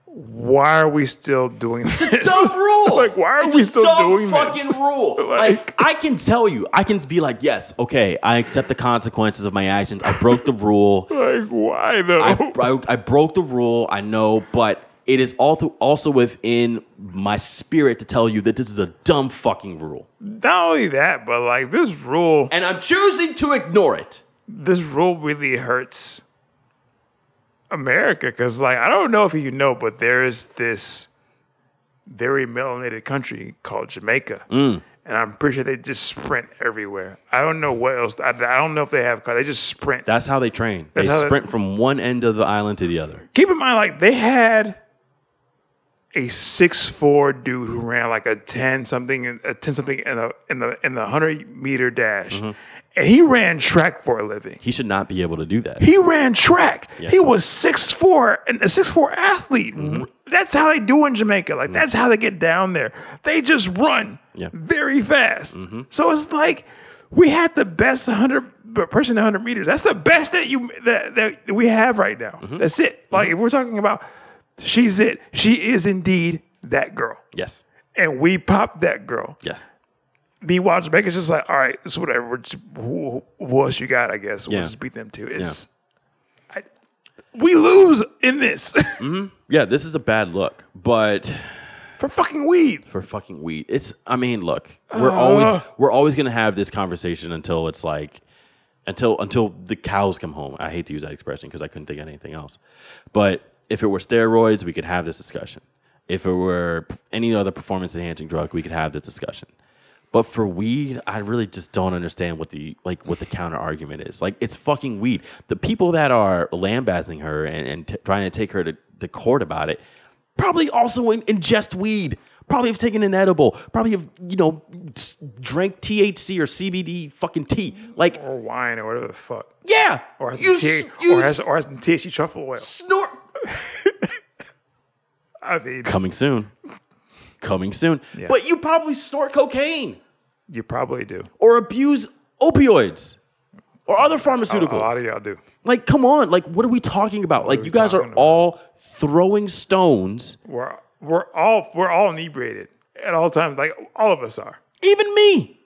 [SPEAKER 3] why are we still doing this?
[SPEAKER 2] dumb rule.
[SPEAKER 3] like, why are
[SPEAKER 2] It's
[SPEAKER 3] we
[SPEAKER 2] a
[SPEAKER 3] still
[SPEAKER 2] dumb
[SPEAKER 3] doing
[SPEAKER 2] fucking
[SPEAKER 3] this?
[SPEAKER 2] rule? like,
[SPEAKER 3] Like-
[SPEAKER 2] I can tell you, I can be like, yes, okay, I accept the consequences of my actions. I broke the rule.
[SPEAKER 3] Like, why though?
[SPEAKER 2] I, I, I broke the rule. I know, but it is also also within my spirit to tell you that this is a dumb fucking rule,
[SPEAKER 3] Not only that, but like this rule,
[SPEAKER 2] and I'm choosing to ignore it.
[SPEAKER 3] this rule really hurts America because, like, I don't know if you know, but there is this very melanated country called Jamaica, and I'm pretty sure they just sprint everywhere. I don't know what else. I, I don't know if they have. They just sprint.
[SPEAKER 2] That's how they train. They
[SPEAKER 3] That's how they-
[SPEAKER 2] sprint from one end of the island to the other.
[SPEAKER 3] keep in mind, like they had a six four dude who ran like a ten something, a ten something in the in the in the hundred meter dash, and he ran track for a living.
[SPEAKER 2] He should not be able to do that.
[SPEAKER 3] He ran track.
[SPEAKER 2] Yes. Mm-hmm.
[SPEAKER 3] He was six four and a six four athlete. That's how they do in Jamaica. Like that's how they get down there. They just run
[SPEAKER 2] Yeah. Mm-hmm.
[SPEAKER 3] very fast. So it's like we had the best hundred person hundred meters. That's the best that you that, that we have right now.
[SPEAKER 2] Mm-hmm.
[SPEAKER 3] That's it. Like if we're talking about, she's it. She is indeed that girl.
[SPEAKER 2] Yes.
[SPEAKER 3] And we popped that girl.
[SPEAKER 2] Yes.
[SPEAKER 3] Meanwhile, Jamaica's just like, all right, it's whatever. We're just- who, who else you got? I guess we'll
[SPEAKER 2] Yeah.
[SPEAKER 3] just beat them too. It's I, we lose in this
[SPEAKER 2] Yeah, this is a bad look, but
[SPEAKER 3] for fucking weed.
[SPEAKER 2] for fucking weed. It's I mean, look, we're
[SPEAKER 3] Uh.
[SPEAKER 2] always we're always gonna have this conversation until it's like until until the cows come home. I hate to use that expression because I couldn't think of anything else. But if it were steroids, we could have this discussion. If it were p- any other performance enhancing drug, we could have this discussion. But for weed, I really just don't understand what the like what the counter argument is. Like it's fucking weed. The people that are lambasting her and, and t- trying to take her to, to court about it probably also in, ingest weed. Probably have taken an edible. Probably have you know s- drank THC or CBD fucking tea. Like
[SPEAKER 3] Or wine or whatever the fuck.
[SPEAKER 2] yeah,
[SPEAKER 3] Or has,
[SPEAKER 2] you,
[SPEAKER 3] some tea,
[SPEAKER 2] s- you
[SPEAKER 3] or has, or has some THC truffle oil.
[SPEAKER 2] snort.
[SPEAKER 3] I mean,
[SPEAKER 2] Coming soon. Coming soon. But you probably snort cocaine
[SPEAKER 3] you probably do.
[SPEAKER 2] or abuse opioids or other
[SPEAKER 3] Oh, A
[SPEAKER 2] pharmaceuticals.
[SPEAKER 3] lot of y'all do.
[SPEAKER 2] Like, come on. Like, what are we talking about? like,
[SPEAKER 3] we
[SPEAKER 2] you guys are
[SPEAKER 3] talking about?
[SPEAKER 2] all throwing stones.
[SPEAKER 3] We're we're all we're all inebriated at all times. Like all of us are.
[SPEAKER 2] Even me.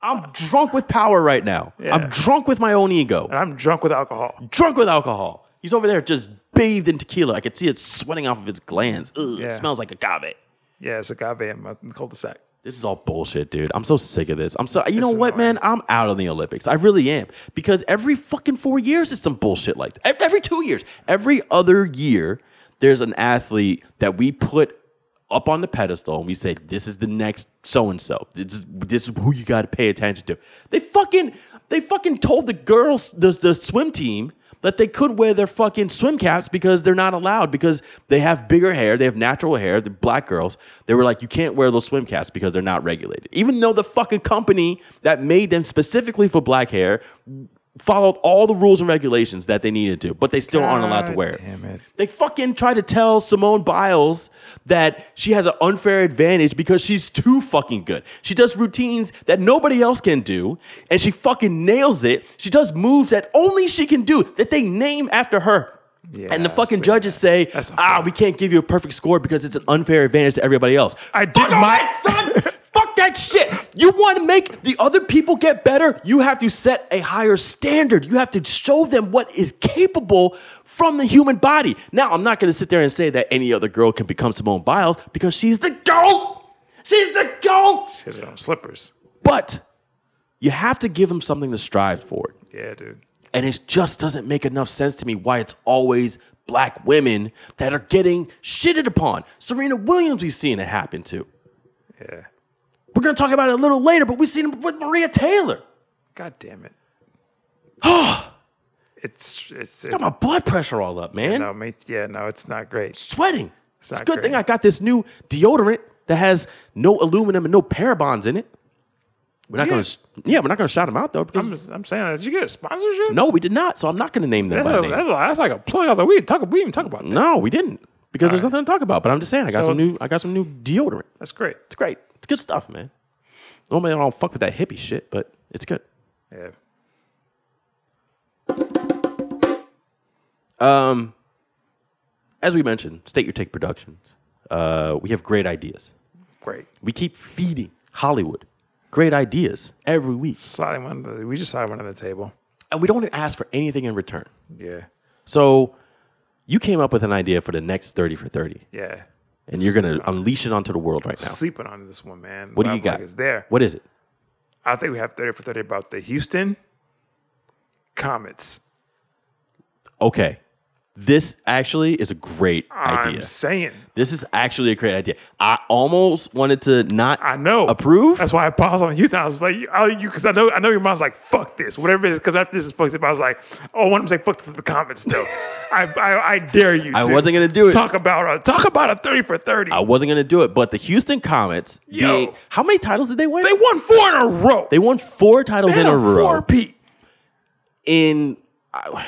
[SPEAKER 2] I'm drunk with power right now.
[SPEAKER 3] Yeah.
[SPEAKER 2] I'm drunk with my own ego.
[SPEAKER 3] And I'm drunk with alcohol.
[SPEAKER 2] Drunk with alcohol. He's over there just bathed in tequila. I could see it sweating off of his glands. Ugh,
[SPEAKER 3] Yeah.
[SPEAKER 2] It smells like agave.
[SPEAKER 3] Yeah, it's agave in my in the cul-de-sac.
[SPEAKER 2] This is all bullshit, dude. I'm so sick of this. I'm so you know
[SPEAKER 3] It's
[SPEAKER 2] what,
[SPEAKER 3] annoying.
[SPEAKER 2] man? I'm out on the Olympics. I really am because every fucking four years it's some bullshit like that. Ev- Every two years, every other year, there's an athlete that we put up on the pedestal and we say, "This is the next so and so. This is this is who you got to pay attention to." They fucking they fucking told the girls the the swim team that they couldn't wear their fucking swim caps because they're not allowed because they have bigger hair, they have natural hair, the black girls. They were like, you can't wear those swim caps because they're not regulated. Even though the fucking company that made them specifically for black hair followed all the rules and regulations that they needed to, but they still aren't allowed to
[SPEAKER 3] God
[SPEAKER 2] wear it.
[SPEAKER 3] damn it.
[SPEAKER 2] They fucking try to tell Simone Biles that she has an unfair advantage because she's too fucking good. She does routines that nobody else can do, and she fucking nails it. She does moves that only she can do that they name after her.
[SPEAKER 3] Yeah,
[SPEAKER 2] and the
[SPEAKER 3] I
[SPEAKER 2] fucking
[SPEAKER 3] see
[SPEAKER 2] judges
[SPEAKER 3] that.
[SPEAKER 2] say,
[SPEAKER 3] That's a
[SPEAKER 2] ah,
[SPEAKER 3] fact.
[SPEAKER 2] we can't give you a perfect score because it's an unfair advantage to everybody else.
[SPEAKER 3] I
[SPEAKER 2] Fuck
[SPEAKER 3] did
[SPEAKER 2] all
[SPEAKER 3] my-
[SPEAKER 2] that, son. Fuck that shit. You want to make the other people get better? You have to set a higher standard. You have to show them what is capable from the human body. Now, I'm not going to sit there and say that any other girl can become Simone Biles because she's the GOAT. She's the GOAT.
[SPEAKER 3] Shit on slippers.
[SPEAKER 2] But you have to give them something to strive for.
[SPEAKER 3] Yeah, dude.
[SPEAKER 2] And it just doesn't make enough sense to me why it's always black women that are getting shitted upon. Serena Williams, we've seen it happen to.
[SPEAKER 3] Yeah.
[SPEAKER 2] We're going to talk about it a little later, but we've seen it with Maria Taylor.
[SPEAKER 3] God damn it. it's it's, it's
[SPEAKER 2] Got my blood pressure all up, man.
[SPEAKER 3] no, mate. Yeah, no, it's not great.
[SPEAKER 2] Sweating. It's,
[SPEAKER 3] not
[SPEAKER 2] a good thing
[SPEAKER 3] great.
[SPEAKER 2] I got this new deodorant that has no aluminum and no parabens in it. We're not
[SPEAKER 3] Yeah.
[SPEAKER 2] gonna, sh- yeah, we're not gonna shout them out though because
[SPEAKER 3] I'm, just- I'm saying that. Did you get a sponsorship?
[SPEAKER 2] no, we did not. So I'm not gonna name them
[SPEAKER 3] That's,
[SPEAKER 2] by
[SPEAKER 3] a-
[SPEAKER 2] name.
[SPEAKER 3] that's, a- that's like a plug. I was like, we didn't talk. We didn't talk about that.
[SPEAKER 2] No, we didn't because there's nothing to talk about. But I'm just saying, I got
[SPEAKER 3] So
[SPEAKER 2] some new,
[SPEAKER 3] it's-
[SPEAKER 2] I got some new deodorant.
[SPEAKER 3] That's great.
[SPEAKER 2] It's great. It's good stuff, man. Normally I don't fuck with that hippie shit, but it's good.
[SPEAKER 3] Yeah.
[SPEAKER 2] Um, as we mentioned, State Your Take Productions. Uh, we have great ideas.
[SPEAKER 3] Great.
[SPEAKER 2] We keep feeding Hollywood great ideas every week,
[SPEAKER 3] Sliding one. under the- We just slide one on the table.
[SPEAKER 2] and we don't ask for anything in return.
[SPEAKER 3] Yeah.
[SPEAKER 2] So, you came up with an idea for the next thirty for thirty,
[SPEAKER 3] Yeah.
[SPEAKER 2] and you're gonna unleash it onto the world right now.
[SPEAKER 3] Sleeping on this one, man.
[SPEAKER 2] What do
[SPEAKER 3] Love
[SPEAKER 2] you got?
[SPEAKER 3] Like is there.
[SPEAKER 2] What is it?
[SPEAKER 3] I think we have 30 for 30 about the Houston Comets.
[SPEAKER 2] Okay, this actually is a great idea.
[SPEAKER 3] I'm saying.
[SPEAKER 2] This is actually a great idea. I almost wanted to not
[SPEAKER 3] I know.
[SPEAKER 2] approve.
[SPEAKER 3] That's why I paused on Houston. I was like, you- I, you, because I know, I know your mom's like, fuck this, whatever it is, because after this is fucked up, I was like, oh, I want to say fuck this in the comments though. I, I, I dare you.
[SPEAKER 2] I
[SPEAKER 3] to
[SPEAKER 2] wasn't gonna do it.
[SPEAKER 3] Talk about a talk about a thirty for thirty.
[SPEAKER 2] I wasn't gonna do it, but the Houston Comets.
[SPEAKER 3] Yo.
[SPEAKER 2] being- how many titles did they win?
[SPEAKER 3] they won four in a row.
[SPEAKER 2] They won four titles
[SPEAKER 3] They
[SPEAKER 2] in
[SPEAKER 3] had
[SPEAKER 2] a, row.
[SPEAKER 3] Four Pete.
[SPEAKER 2] in I-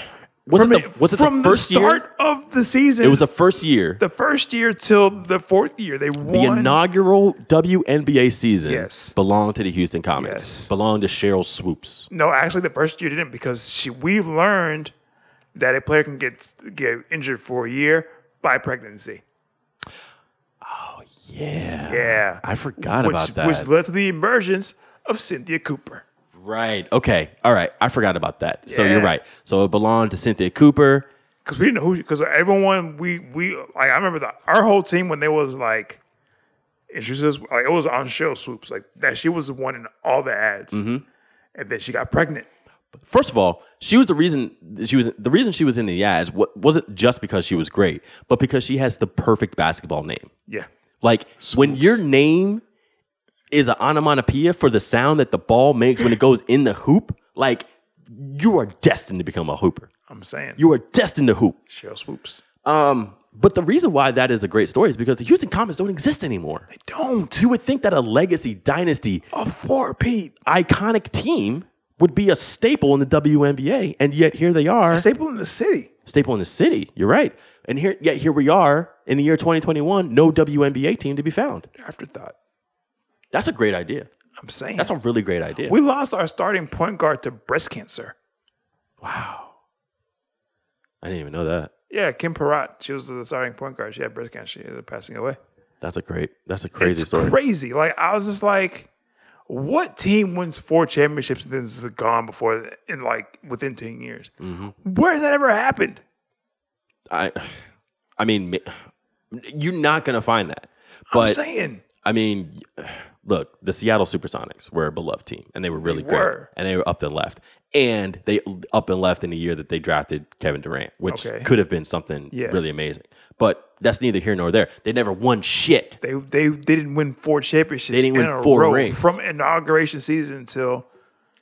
[SPEAKER 2] was it the, was it
[SPEAKER 3] from
[SPEAKER 2] the first
[SPEAKER 3] start
[SPEAKER 2] year?
[SPEAKER 3] of the season?
[SPEAKER 2] It was the first year,
[SPEAKER 3] the first year till the fourth year. They won.
[SPEAKER 2] the inaugural WNBA season.
[SPEAKER 3] Yes.
[SPEAKER 2] belonged to the Houston Comets.
[SPEAKER 3] Yes.
[SPEAKER 2] belonged to Cheryl Swoops.
[SPEAKER 3] No, actually, the first year didn't because she, we learned that a player can get get injured for a year by pregnancy.
[SPEAKER 2] Yeah,
[SPEAKER 3] Yeah,
[SPEAKER 2] I forgot
[SPEAKER 3] which,
[SPEAKER 2] about that.
[SPEAKER 3] Which led to the emergence of Cynthia Cooper.
[SPEAKER 2] right. Okay. All right. I forgot about that. So
[SPEAKER 3] Yeah.
[SPEAKER 2] you're right. So it belonged to Cynthia Cooper.
[SPEAKER 3] Because we didn't know who. Because everyone we we like, I remember the, our whole team when they was like introduced us. Like it was on show swoops. Like that she was the one in all the ads, and then she got pregnant.
[SPEAKER 2] First of all, she was the reason she was the reason she was in the ads wa- wasn't just because she was great, but because she has the perfect basketball name.
[SPEAKER 3] Yeah,
[SPEAKER 2] Like when your name is an onomatopoeia for the sound that the ball makes when it goes in the hoop, like you are destined to become a hooper.
[SPEAKER 3] I'm saying
[SPEAKER 2] You are destined to hoop.
[SPEAKER 3] Cheryl Swoops.
[SPEAKER 2] Um, but the reason why that is a great story is because the Houston Comets don't exist anymore. They don't. You would think that a legacy dynasty, a four-peat iconic team would be a staple in the WNBA, and yet here they are
[SPEAKER 3] Staple in the city.
[SPEAKER 2] staple in the city. You're right. And here, yet here we are in the year 2021, no WNBA team to be found.
[SPEAKER 3] Afterthought.
[SPEAKER 2] That's a great idea.
[SPEAKER 3] I'm saying
[SPEAKER 2] That's a really great idea.
[SPEAKER 3] We lost our starting point guard to breast cancer.
[SPEAKER 2] wow. I didn't even know that.
[SPEAKER 3] Yeah, Kim Parrott. She was the starting point guard. She had breast cancer. She ended up passing away.
[SPEAKER 2] That's a great. That's a crazy
[SPEAKER 3] it's
[SPEAKER 2] story.
[SPEAKER 3] crazy. Like I was just like, what team wins four championships and then is gone before in like within ten years?
[SPEAKER 2] Mm-hmm.
[SPEAKER 3] Where has that ever happened?
[SPEAKER 2] I, I mean, ma- you're not gonna find that.
[SPEAKER 3] I'm
[SPEAKER 2] But
[SPEAKER 3] saying
[SPEAKER 2] I mean, look, the Seattle SuperSonics were a beloved team, and they were really great,
[SPEAKER 3] were.
[SPEAKER 2] and they were up and left, and they up and left in the year that they drafted Kevin Durant, which
[SPEAKER 3] Okay.
[SPEAKER 2] could have been something
[SPEAKER 3] Yeah.
[SPEAKER 2] really amazing. But that's neither here nor there. They never won shit.
[SPEAKER 3] they they didn't win four championships.
[SPEAKER 2] They didn't
[SPEAKER 3] in
[SPEAKER 2] win
[SPEAKER 3] a
[SPEAKER 2] four
[SPEAKER 3] row
[SPEAKER 2] rings.
[SPEAKER 3] from inauguration season until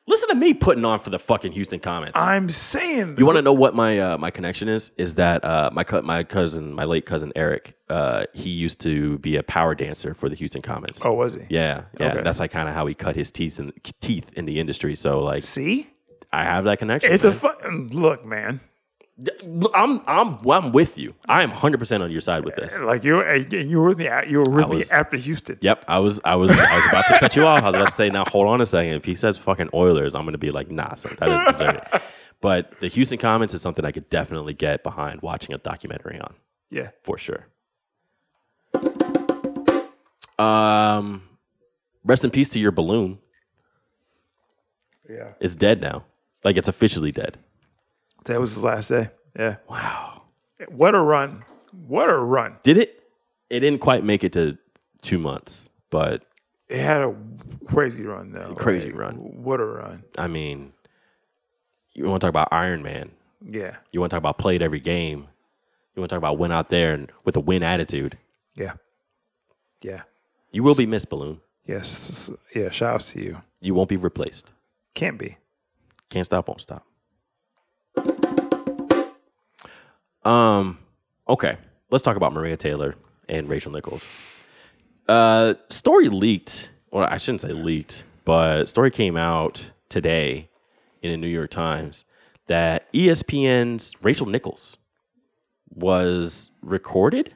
[SPEAKER 2] Listen to me putting on for the fucking Houston Comets.
[SPEAKER 3] I'm saying
[SPEAKER 2] You want to know what my uh, my connection is? Is that uh, my co- my cousin, my late cousin Eric? Uh, he used to be a power dancer for the Houston Comets.
[SPEAKER 3] Oh, was he?
[SPEAKER 2] yeah, yeah.
[SPEAKER 3] Okay.
[SPEAKER 2] That's like kind of how he cut his teeth in teeth in the industry. So like,
[SPEAKER 3] See,
[SPEAKER 2] I have that connection.
[SPEAKER 3] it's a
[SPEAKER 2] man.
[SPEAKER 3] fun look, man.
[SPEAKER 2] D- I'm I'm I'm with you. I am 100 percent on your side with this.
[SPEAKER 3] Like you, and you were with me. You were with
[SPEAKER 2] I
[SPEAKER 3] me
[SPEAKER 2] was-
[SPEAKER 3] after Houston.
[SPEAKER 2] Yep, I was I was I was about to cut you off. I was about to say, now hold on a second. If he says fucking Oilers, I'm gonna be like, nah, son, I didn't deserve it. But the Houston comments is something I could definitely get behind watching a documentary on
[SPEAKER 3] Yeah.
[SPEAKER 2] for sure. Um, rest in peace to your balloon.
[SPEAKER 3] Yeah.
[SPEAKER 2] It's dead now. Like it's officially dead.
[SPEAKER 3] That was his last day. Yeah.
[SPEAKER 2] Wow.
[SPEAKER 3] What a run. What a run.
[SPEAKER 2] Did it? It didn't quite make it to two months, but
[SPEAKER 3] It had a crazy run though.
[SPEAKER 2] Crazy
[SPEAKER 3] Like,
[SPEAKER 2] run.
[SPEAKER 3] What a run.
[SPEAKER 2] I mean, you want to talk about Iron Man?
[SPEAKER 3] Yeah.
[SPEAKER 2] You want to talk about played every game? You want to talk about went out there and with a win attitude?
[SPEAKER 3] Yeah. Yeah.
[SPEAKER 2] You will be missed, balloon.
[SPEAKER 3] Yes. Yeah. Shout outs to you.
[SPEAKER 2] You won't be replaced.
[SPEAKER 3] Can't be.
[SPEAKER 2] Can't stop, won't stop. Um, okay. Let's talk about Maria Taylor and Rachel Nichols. Uh, story leaked. Well, I shouldn't say leaked, but story came out today in the New York Times that E ESPN's Rachel Nichols was recorded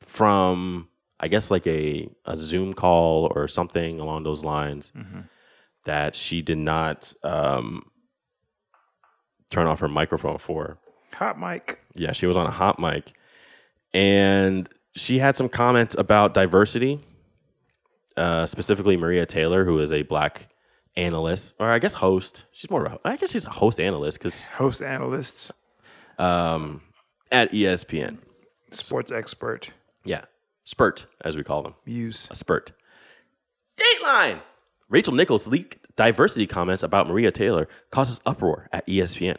[SPEAKER 2] from, I guess, like a, a Zoom call or something along those lines that she did not um, turn off her microphone for.
[SPEAKER 3] Hot mic.
[SPEAKER 2] Yeah, she was on a hot mic. And she had some comments about diversity, uh, specifically Maria Taylor, who is a black analyst, or I guess host. She's more, of a- I guess she's a host analyst because
[SPEAKER 3] Host analyst,
[SPEAKER 2] um, at ESPN.
[SPEAKER 3] sports expert,
[SPEAKER 2] Yeah. Spurt, as we call them.
[SPEAKER 3] muse.
[SPEAKER 2] a spurt. Dateline! Rachel Nichols leaked diversity comments about Maria Taylor causes uproar at E ESPN.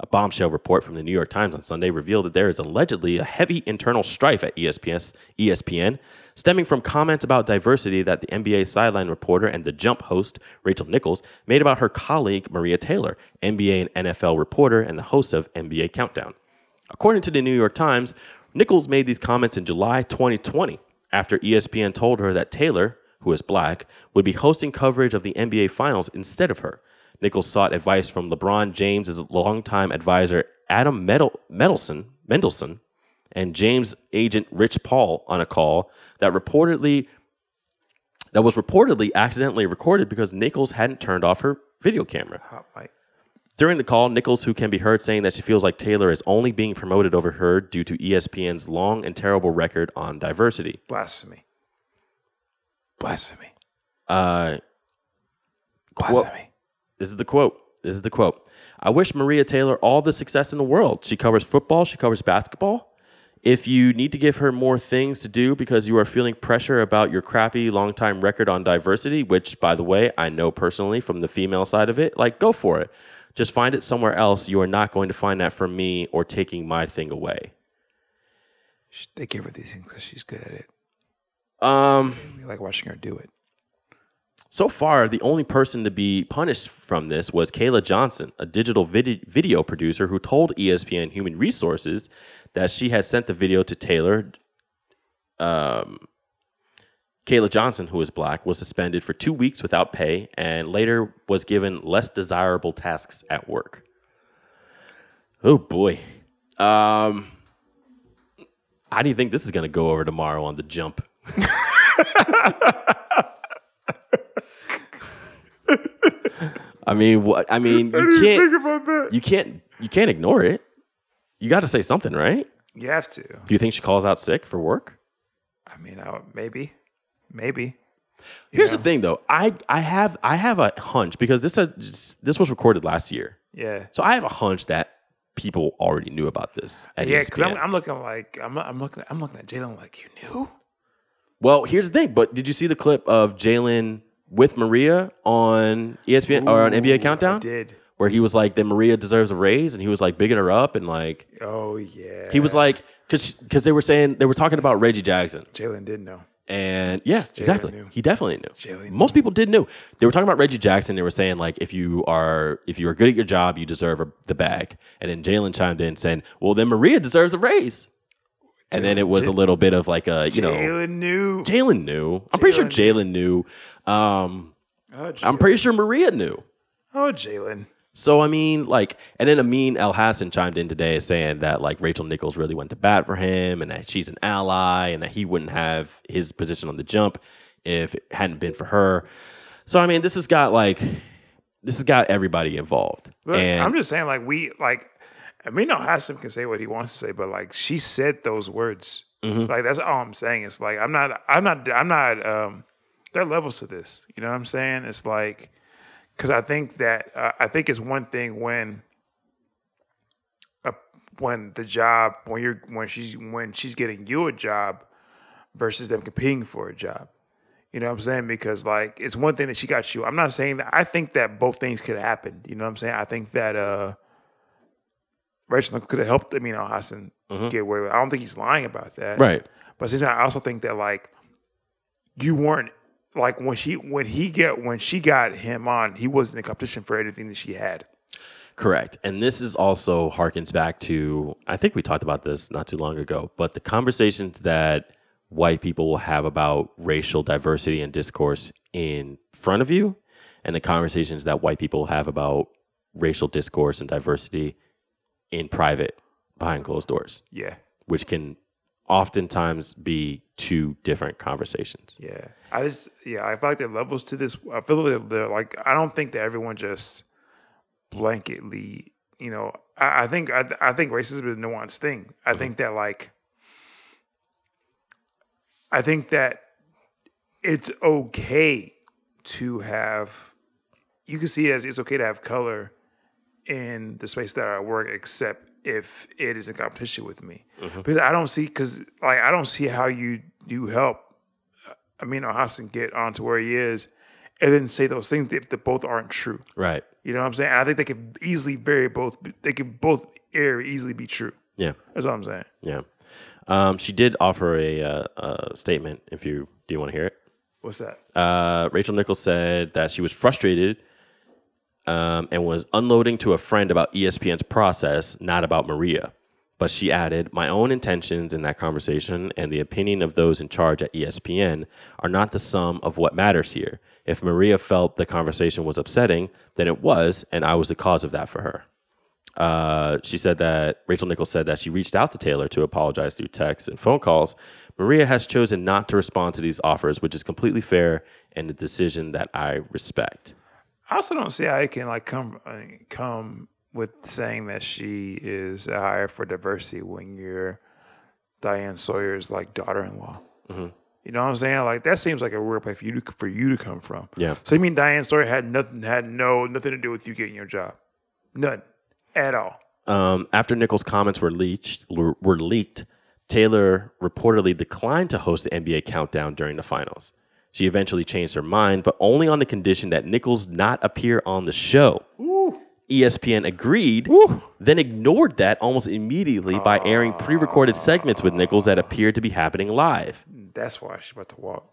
[SPEAKER 2] A bombshell report from the New York Times on Sunday revealed that there is allegedly a heavy internal strife at E ESPN's ESPN, stemming from comments about diversity that the NBA sideline reporter and the Jump host, Rachel Nichols, made about her colleague, Maria Taylor, NBA and NFL reporter and the host of NBA Countdown. According to the New York Times, Nichols made these comments in July 2020 after E ESPN told her that Taylor, who is black, would be hosting coverage of the NBA Finals instead of her. Nichols sought advice from LeBron James' longtime advisor Adam Medel- Mendelson, Mendelson and James agent Rich Paul on a call that reportedly that was reportedly accidentally recorded because Nichols hadn't turned off her video camera.
[SPEAKER 3] Hot mic.
[SPEAKER 2] During the call, Nichols, who can be heard saying that she feels like Taylor is only being promoted over her due to E ESPN's long and terrible record on diversity.
[SPEAKER 3] Blasphemy. Blasphemy.
[SPEAKER 2] Uh,
[SPEAKER 3] Blasphemy.
[SPEAKER 2] This is the quote. This is the quote. I wish Maria Taylor all the success in the world. She covers football, she covers basketball. If you need to give her more things to do because you are feeling pressure about your crappy longtime record on diversity, which, by the way, I know personally from the female side of it, like go for it. Just find it somewhere else. You are not going to find that from me or taking my thing away.
[SPEAKER 3] Sh They give her these things because she's good at it.
[SPEAKER 2] Um,
[SPEAKER 3] We like watching her do it.
[SPEAKER 2] So far, the only person to be punished from this was Kayla Johnson, a digital vid- video producer who told E ESPN Human Resources that she had sent the video to Taylor. Um, Kayla Johnson, who is black, was suspended for two weeks without pay and later was given less desirable tasks at work. Oh boy. Um, how do you think this is going to go over tomorrow on the jump? I mean, what? I mean, you can't. You can't. You can't ignore it. You got to say something, right?
[SPEAKER 3] You have to.
[SPEAKER 2] Do you think she calls out sick for work?
[SPEAKER 3] I mean, I, would- maybe. Maybe.
[SPEAKER 2] Here's the thing, though. I I have I have a hunch because this is, this was recorded last year,
[SPEAKER 3] Yeah.
[SPEAKER 2] so I have a hunch that people already knew about this. At E
[SPEAKER 3] Yeah, because I'm,
[SPEAKER 2] ESPN.
[SPEAKER 3] I'm looking like I'm, I'm looking I'm looking at Jalen like you knew.
[SPEAKER 2] well, here's the thing. But did you see the clip of Jalen with Maria on E ESPN or on
[SPEAKER 3] Ooh, I
[SPEAKER 2] NBA Countdown,
[SPEAKER 3] did
[SPEAKER 2] where he was like that Maria deserves a raise, and he was like bigging her up, and like
[SPEAKER 3] oh yeah.
[SPEAKER 2] he was like because because they were saying they were talking about Reggie Jackson.
[SPEAKER 3] Jalen did know.
[SPEAKER 2] And yeah, exactly.
[SPEAKER 3] knew.
[SPEAKER 2] He definitely knew.
[SPEAKER 3] Jalen
[SPEAKER 2] Most people did know. They were talking about Reggie Jackson. They were saying like, if you are if you are good at your job, you deserve a, the bag. And then Jalen chimed in saying, "Well, then Maria deserves a raise." And then it was a little bit of like a you know
[SPEAKER 3] Jalen knew.
[SPEAKER 2] Jalen knew. I'm pretty sure Jalen knew. Um,
[SPEAKER 3] oh,
[SPEAKER 2] I'm
[SPEAKER 3] Jalen.
[SPEAKER 2] pretty sure Maria knew.
[SPEAKER 3] Oh, Jalen.
[SPEAKER 2] So I mean, like, and then Amin El Hassan chimed in today saying that like Rachel Nichols really went to bat for him, and that she's an ally, and that he wouldn't have his position on the jump if it hadn't been for her. So I mean, this has got like this has got everybody involved.
[SPEAKER 3] Look,
[SPEAKER 2] and
[SPEAKER 3] I'm just saying, like we like. I mean, no, Hassim can say what he wants to say, but like she said those words.
[SPEAKER 2] Mm-hmm.
[SPEAKER 3] Like that's all I'm saying. It's like I'm not, I'm not, I'm not. um There are levels to this. You know what I'm saying? It's like because I think that uh, I think it's one thing when. a- When the job, when you're, when she's, when she's getting you a job, versus them competing for a job. You know what I'm saying? Because like it's one thing that she got you. I'm not saying that I think that both things could have happened. You know what I'm saying? I think that uh Rachel could have helped Amin Al Hassan get away with it. I don't think he's lying about that.
[SPEAKER 2] right.
[SPEAKER 3] But since I also think that like you weren't like when she when he get when she got him on, he wasn't in competition for anything that she had.
[SPEAKER 2] Correct. And this is also harkens back to, I think we talked about this not too long ago, but the conversations that white people will have about racial diversity and discourse in front of you, and the conversations that white people have about racial discourse and diversity in private behind closed doors,
[SPEAKER 3] Yeah.
[SPEAKER 2] which can oftentimes be two different conversations.
[SPEAKER 3] Yeah, I just yeah, I feel like there are levels to this. I feel like they're like I don't think that everyone just blanketly, you know. I, I think I, I think racism is a nuanced thing. I think that like I think that it's okay to have. You can see it as it's okay to have color in the space that I work, except if it is in competition with me, because I don't see because like I don't see how you you help Amino Hassan get on to where he is and then say those things if that both aren't true.
[SPEAKER 2] Right.
[SPEAKER 3] You know what I'm saying? I think they could easily vary both. They could both very easily be true.
[SPEAKER 2] Yeah.
[SPEAKER 3] That's all I'm saying.
[SPEAKER 2] Yeah. Um, she did offer a, uh, a statement if you do you want to hear it.
[SPEAKER 3] What's that?
[SPEAKER 2] Uh, Rachel Nichols said that she was frustrated um, and was unloading to a friend about E ESPN's process, not about Maria. But she added, My own intentions in that conversation and the opinion of those in charge at E ESPN are not the sum of what matters here. If Maria felt the conversation was upsetting, then it was, and I was the cause of that for her. Uh, she said that Rachel Nichols said that she reached out to Taylor to apologize through text and phone calls. Maria has chosen not to respond to these offers, which is completely fair and a decision that I respect.
[SPEAKER 3] I also don't see how it can like come uh, come with saying that she is hired for diversity when you're Diane Sawyer's like daughter-in-law.
[SPEAKER 2] Mm-hmm.
[SPEAKER 3] You know what I'm saying? Like that seems like a weird place for you to, for you to come from.
[SPEAKER 2] Yeah.
[SPEAKER 3] So you mean Diane Sawyer had nothing had no nothing to do with you getting your job, none at all.
[SPEAKER 2] Um, after Nichols' comments were leaked, were were leaked, Taylor reportedly declined to host the NBA countdown during the finals. She eventually changed her mind, but only on the condition that Nichols not appear on the show. E ESPN agreed, then ignored that almost immediately by airing pre-recorded segments with Nichols that appeared to be happening live.
[SPEAKER 3] That's why she's about to walk.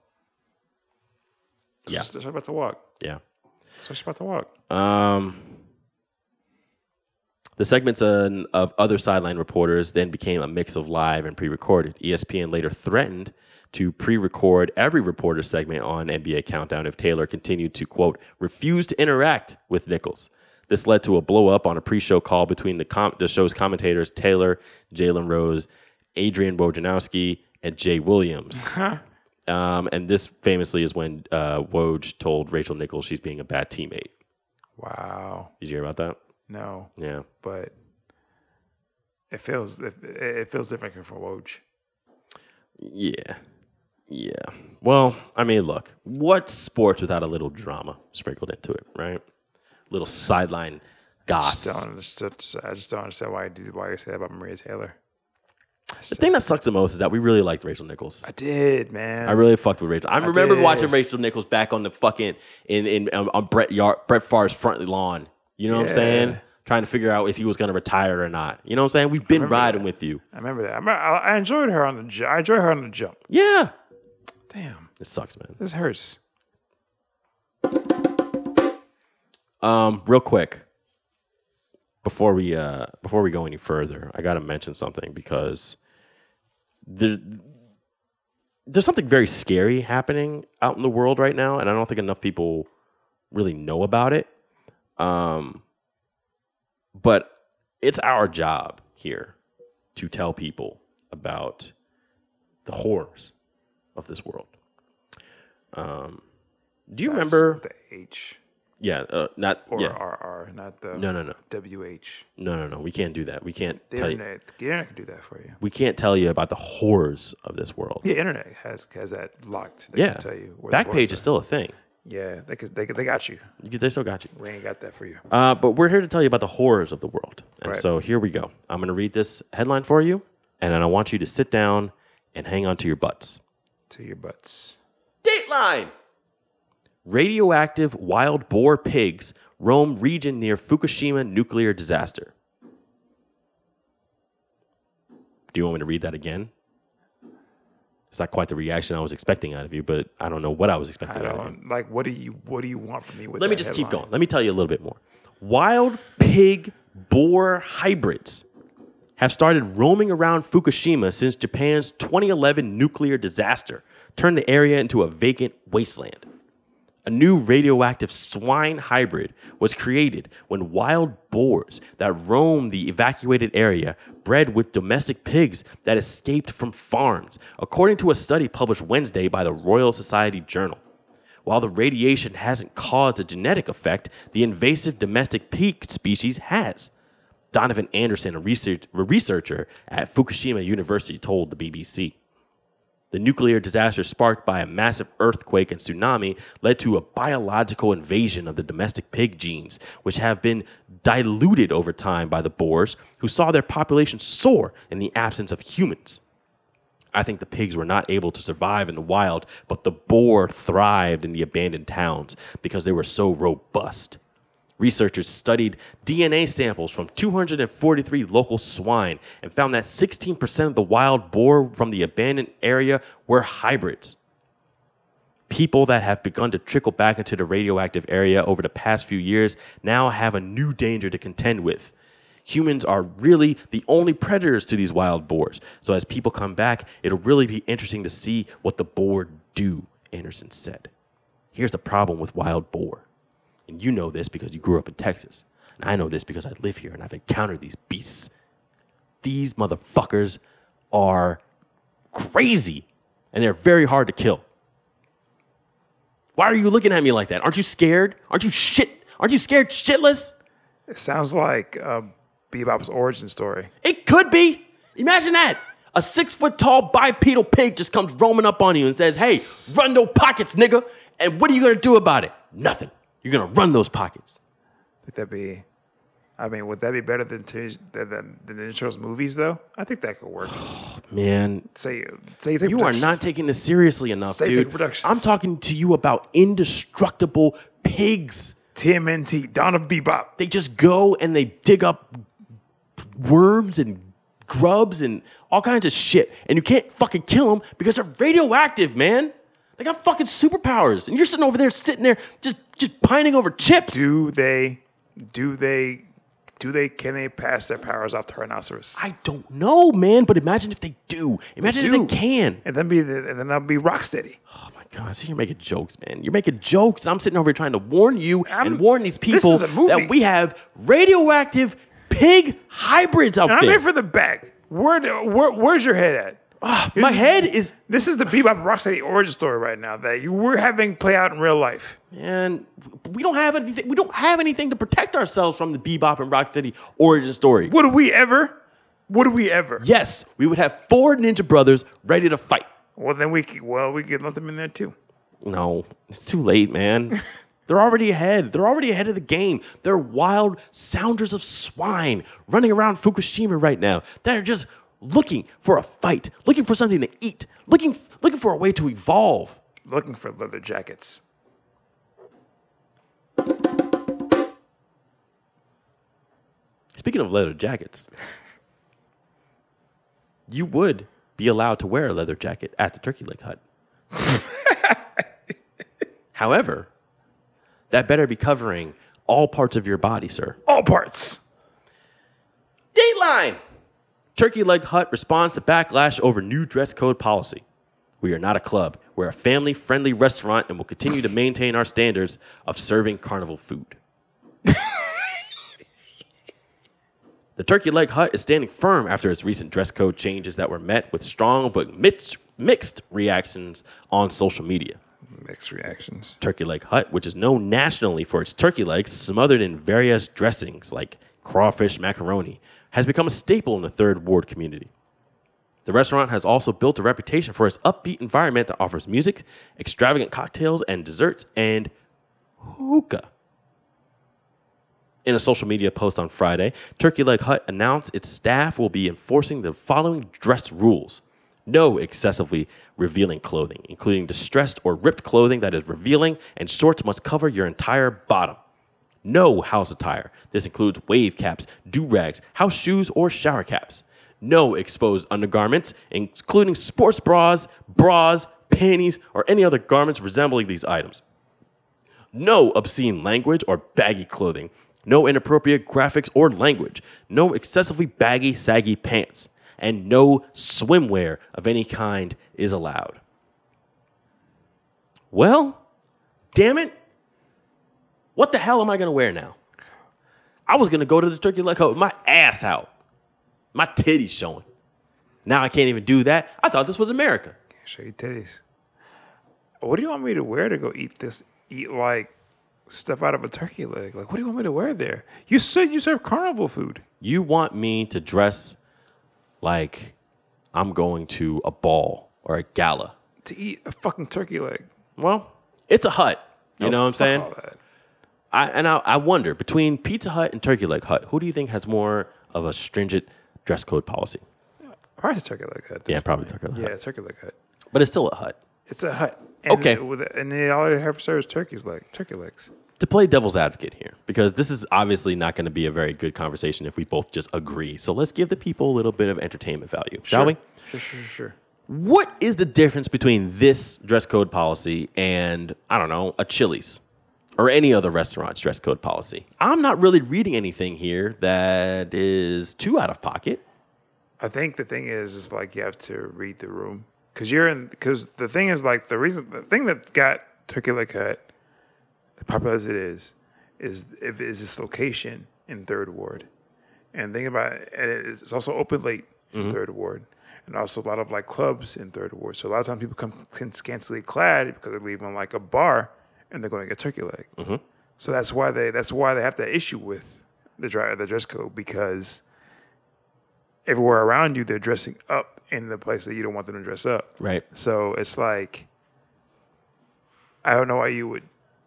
[SPEAKER 3] That's
[SPEAKER 2] Yeah.
[SPEAKER 3] why- That's why she's about to walk.
[SPEAKER 2] Yeah.
[SPEAKER 3] That's why she's about to walk.
[SPEAKER 2] Um, the segments on, of other sideline reporters then became a mix of live and E pre recorded. ESPN later threatened to pre record every reporter segment on NBA Countdown if Taylor continued to, quote, refuse to interact with Nichols. This led to a blow up on a pre show call between the, com- the show's commentators, Taylor, Jalen Rose, Adrian Wojnarowski, and Jay Williams. um, and this famously is when uh, Woj told Rachel Nichols she's being a bad teammate.
[SPEAKER 3] Wow.
[SPEAKER 2] Did you hear about that?
[SPEAKER 3] No,
[SPEAKER 2] Yeah.
[SPEAKER 3] but it feels it, it feels different coming from Woj.
[SPEAKER 2] Yeah. Yeah. Well, I mean, look, what sports without a little drama sprinkled into it, right? Little sideline goss.
[SPEAKER 3] Don't understand. I just don't understand why you do why you say that about Maria Taylor.
[SPEAKER 2] The thing that sucks the most is that we really liked Rachel Nichols.
[SPEAKER 3] I did, man.
[SPEAKER 2] I really fucked with Rachel. I, remember
[SPEAKER 3] did.
[SPEAKER 2] watching Rachel Nichols back on the fucking in in um, on Brett Yard, Brett Favre's front lawn. You know what I'm
[SPEAKER 3] Yeah.
[SPEAKER 2] saying? Trying to figure out if he was going to retire or not. You know what I'm saying? We've been riding with you.
[SPEAKER 3] I remember that. I, remember, I, I enjoyed her on the. ju- I enjoyed her on the jump.
[SPEAKER 2] Yeah.
[SPEAKER 3] Damn,
[SPEAKER 2] It sucks, man.
[SPEAKER 3] this hurts.
[SPEAKER 2] Um, real quick, before we uh before we go any further, I gotta mention something because there there's something very scary happening out in the world right now, and I don't think enough people really know about it. Um, but it's our job here to tell people about the horrors of this world. Um, do you remember
[SPEAKER 3] the H.
[SPEAKER 2] Yeah, uh, not
[SPEAKER 3] or
[SPEAKER 2] yeah.
[SPEAKER 3] RR, not the
[SPEAKER 2] No, no, no.
[SPEAKER 3] WH.
[SPEAKER 2] No, no, no. We can't do that. We can't
[SPEAKER 3] The
[SPEAKER 2] tell you.
[SPEAKER 3] internet, the internet can do that for you.
[SPEAKER 2] We can't tell you about the horrors of this world.
[SPEAKER 3] Yeah, internet has has that locked. They
[SPEAKER 2] yeah.
[SPEAKER 3] can tell you. where the
[SPEAKER 2] Backpage
[SPEAKER 3] bars
[SPEAKER 2] is
[SPEAKER 3] are.
[SPEAKER 2] still a thing.
[SPEAKER 3] Yeah, they could, they could, they got you.
[SPEAKER 2] You could- They still got you.
[SPEAKER 3] We ain't got that for you.
[SPEAKER 2] Uh, but we're here to tell you about the horrors of the world. And
[SPEAKER 3] Right.
[SPEAKER 2] so here we go. I'm going to read this headline for you, and then I want you to sit down and hang on to your butts.
[SPEAKER 3] To your butts.
[SPEAKER 2] Dateline! Radioactive wild boar pigs roam region near Fukushima nuclear disaster. Do you want me to read that again? It's not quite the reaction I was expecting out of you, but I don't know what I was
[SPEAKER 3] I
[SPEAKER 2] expecting out of you.
[SPEAKER 3] don't like. What do you What do you want from me? With
[SPEAKER 2] Let me
[SPEAKER 3] that
[SPEAKER 2] just keep
[SPEAKER 3] headline?
[SPEAKER 2] going. Let me tell you a little bit more. Wild pig boar hybrids have started roaming around Fukushima since Japan's 2011 nuclear disaster turned the area into a vacant wasteland. A new radioactive swine hybrid was created when wild boars that roamed the evacuated area bred with domestic pigs that escaped from farms, according to a study published Wednesday by the Royal Society Journal. While the radiation hasn't caused a genetic effect, the invasive domestic pig species has. Donovan Anderson, a, research, a researcher at Fukushima University, told the BBC. The nuclear disaster sparked by a massive earthquake and tsunami led to a biological invasion of the domestic pig genes, which have been diluted over time by the boars, who saw their population soar in the absence of humans. I think the pigs were not able to survive in the wild, but the boar thrived in the abandoned towns because they were so robust. Researchers studied DNA samples from 243 local swine and found that 16% of the wild boar from the abandoned area were hybrids. People that have begun to trickle back into the radioactive area over the past few years now have a new danger to contend with. Humans are really the only predators to these wild boars. So as people come back, it'll really be interesting to see what the boar do, Anderson said. Here's the problem with wild boar. And you know this because you grew up in Texas. And I know this because I live here and I've encountered these beasts. These motherfuckers are crazy and they're very hard to kill. Why are you looking at me like that? Aren't you scared? Aren't you shit? Aren't you scared shitless?
[SPEAKER 3] It sounds like um, Bebop's origin story.
[SPEAKER 2] It could be. Imagine that. A six foot tall bipedal pig just comes roaming up on you and says, Hey, run those pockets, nigga. And what are you gonna do about it? Nothing. You're gonna run those pockets.
[SPEAKER 3] Would that be? I mean, would that be better than t- than, than than Ninja's movies though? I think that could work.
[SPEAKER 2] Man,
[SPEAKER 3] Say say
[SPEAKER 2] You are not taking this seriously enough,
[SPEAKER 3] Satan
[SPEAKER 2] dude.
[SPEAKER 3] Productions.
[SPEAKER 2] I'm talking to you about indestructible pigs.
[SPEAKER 3] TMNT Dawn of Bebop.
[SPEAKER 2] They just go and they dig up worms and grubs and all kinds of shit, and you can't fucking kill them because they're radioactive, man. They got fucking superpowers, and you're sitting over there, sitting there, just just pining over chips.
[SPEAKER 3] Do they? Do they? Do they? Can they pass their powers off to rhinoceros?
[SPEAKER 2] I don't know, man, but imagine if they do. Imagine
[SPEAKER 3] do.
[SPEAKER 2] if they can.
[SPEAKER 3] And then be the, and then I'll be Rocksteady.
[SPEAKER 2] Oh my God, see, you're making jokes, man. You're making jokes, and I'm sitting over here trying to warn you
[SPEAKER 3] I'm-
[SPEAKER 2] and warn these
[SPEAKER 3] this
[SPEAKER 2] people
[SPEAKER 3] is a movie.
[SPEAKER 2] that we have radioactive pig hybrids out
[SPEAKER 3] And I'm
[SPEAKER 2] there.
[SPEAKER 3] here for the back. Where, do- where where's your head at?
[SPEAKER 2] my head is,
[SPEAKER 3] This is the Bebop Rocksteady origin story right now that you were having play out in real life.
[SPEAKER 2] and we don't have anything. We don't have anything to protect ourselves from the Bebop and Rocksteady origin story.
[SPEAKER 3] Would we ever? Would we ever?
[SPEAKER 2] Yes, we would have four ninja brothers ready to fight.
[SPEAKER 3] Well, then we could, well we could let them in there too.
[SPEAKER 2] No, it's too late, man. They're already ahead. They're already ahead of the game. They're wild sounders of swine running around Fukushima right now that are just looking for a fight, looking for something to eat, looking looking for a way to evolve.
[SPEAKER 3] Looking for leather jackets.
[SPEAKER 2] Speaking of leather jackets, you would be allowed to wear a leather jacket at the Turkey Leg Hut. However, that better be covering all parts of your body, sir.
[SPEAKER 3] All parts.
[SPEAKER 2] Dateline! Turkey Leg Hut responds to backlash over new dress code policy. We are not a club. We're a family friendly restaurant and will continue to maintain our standards of serving carnival food. the Turkey Leg Hut is standing firm after its recent dress code changes that were met with strong but mixed, mixed reactions on social media.
[SPEAKER 3] Mixed reactions.
[SPEAKER 2] Turkey Leg Hut, which is known nationally for its turkey legs smothered in various dressings like crawfish macaroni, has become a staple in the Third Ward community. The restaurant has also built a reputation for its upbeat environment that offers music, extravagant cocktails and desserts, and hookah. In a social media post on Friday, Turkey Leg Hut announced its staff will be enforcing the following dress rules no excessively revealing clothing, including distressed or ripped clothing that is revealing, and shorts must cover your entire bottom. No house attire. This includes wave caps, do rags, house shoes, or shower caps. No exposed undergarments, including sports bras, bras, panties, or any other garments resembling these items. No obscene language or baggy clothing. No inappropriate graphics or language. No excessively baggy, saggy pants. And no swimwear of any kind is allowed. Well, damn it. What the hell am I going to wear now? I was going to go to the turkey leg hut with my ass out, my titties showing. Now I can't even do that. I thought this was America.
[SPEAKER 3] Show your titties. What do you want me to wear to go eat this? Eat like stuff out of a turkey leg. Like, what do you want me to wear there? You said you serve carnival food.
[SPEAKER 2] You want me to dress like I'm going to a ball or a gala.
[SPEAKER 3] to eat a fucking turkey leg.
[SPEAKER 2] Well, it's a hut. You
[SPEAKER 3] No,
[SPEAKER 2] know what I'm
[SPEAKER 3] fuck
[SPEAKER 2] saying?
[SPEAKER 3] all that.
[SPEAKER 2] I, and I, I wonder between Pizza Hut and Turkey Leg Hut, who do you think has more of a stringent dress code policy?
[SPEAKER 3] Probably it's a turkey leg hut.
[SPEAKER 2] Yeah, probably Turkey Leg
[SPEAKER 3] Yeah,
[SPEAKER 2] Hut.
[SPEAKER 3] it's a turkey leg hut.
[SPEAKER 2] But it's still a hut.
[SPEAKER 3] It's a hut. And
[SPEAKER 2] Okay.
[SPEAKER 3] it- With and they all they have serves turkeys leg, turkey legs.
[SPEAKER 2] To play devil's advocate here, because this is obviously not going to be a very good conversation if we both just agree. So let's give the people a little bit of entertainment value, shall
[SPEAKER 3] Sure.
[SPEAKER 2] we?
[SPEAKER 3] Sure, sure, sure. sure.
[SPEAKER 2] What is the difference between this dress code policy and, I don't know, a Chili's or any other restaurant's dress code policy? I'm not really reading anything here that is too out of pocket.
[SPEAKER 3] I think the thing is, is like you have to read the room because you're in. Because the thing is, like the reason, the thing that got turkey leg hut as popular as it is, is if is its location in Third Ward, and think about it, and it is, it's also open late in Third Ward, and also a lot of like clubs in Third Ward. So a lot of times people come can scantily clad because they're leaving like a bar and they're going to get turkey leg. So that's why they that's why they have that issue with the dry, the dress code because everywhere around you they're dressing up in the place that you don't want them to dress up.
[SPEAKER 2] Right.
[SPEAKER 3] So it's like I don't know why you would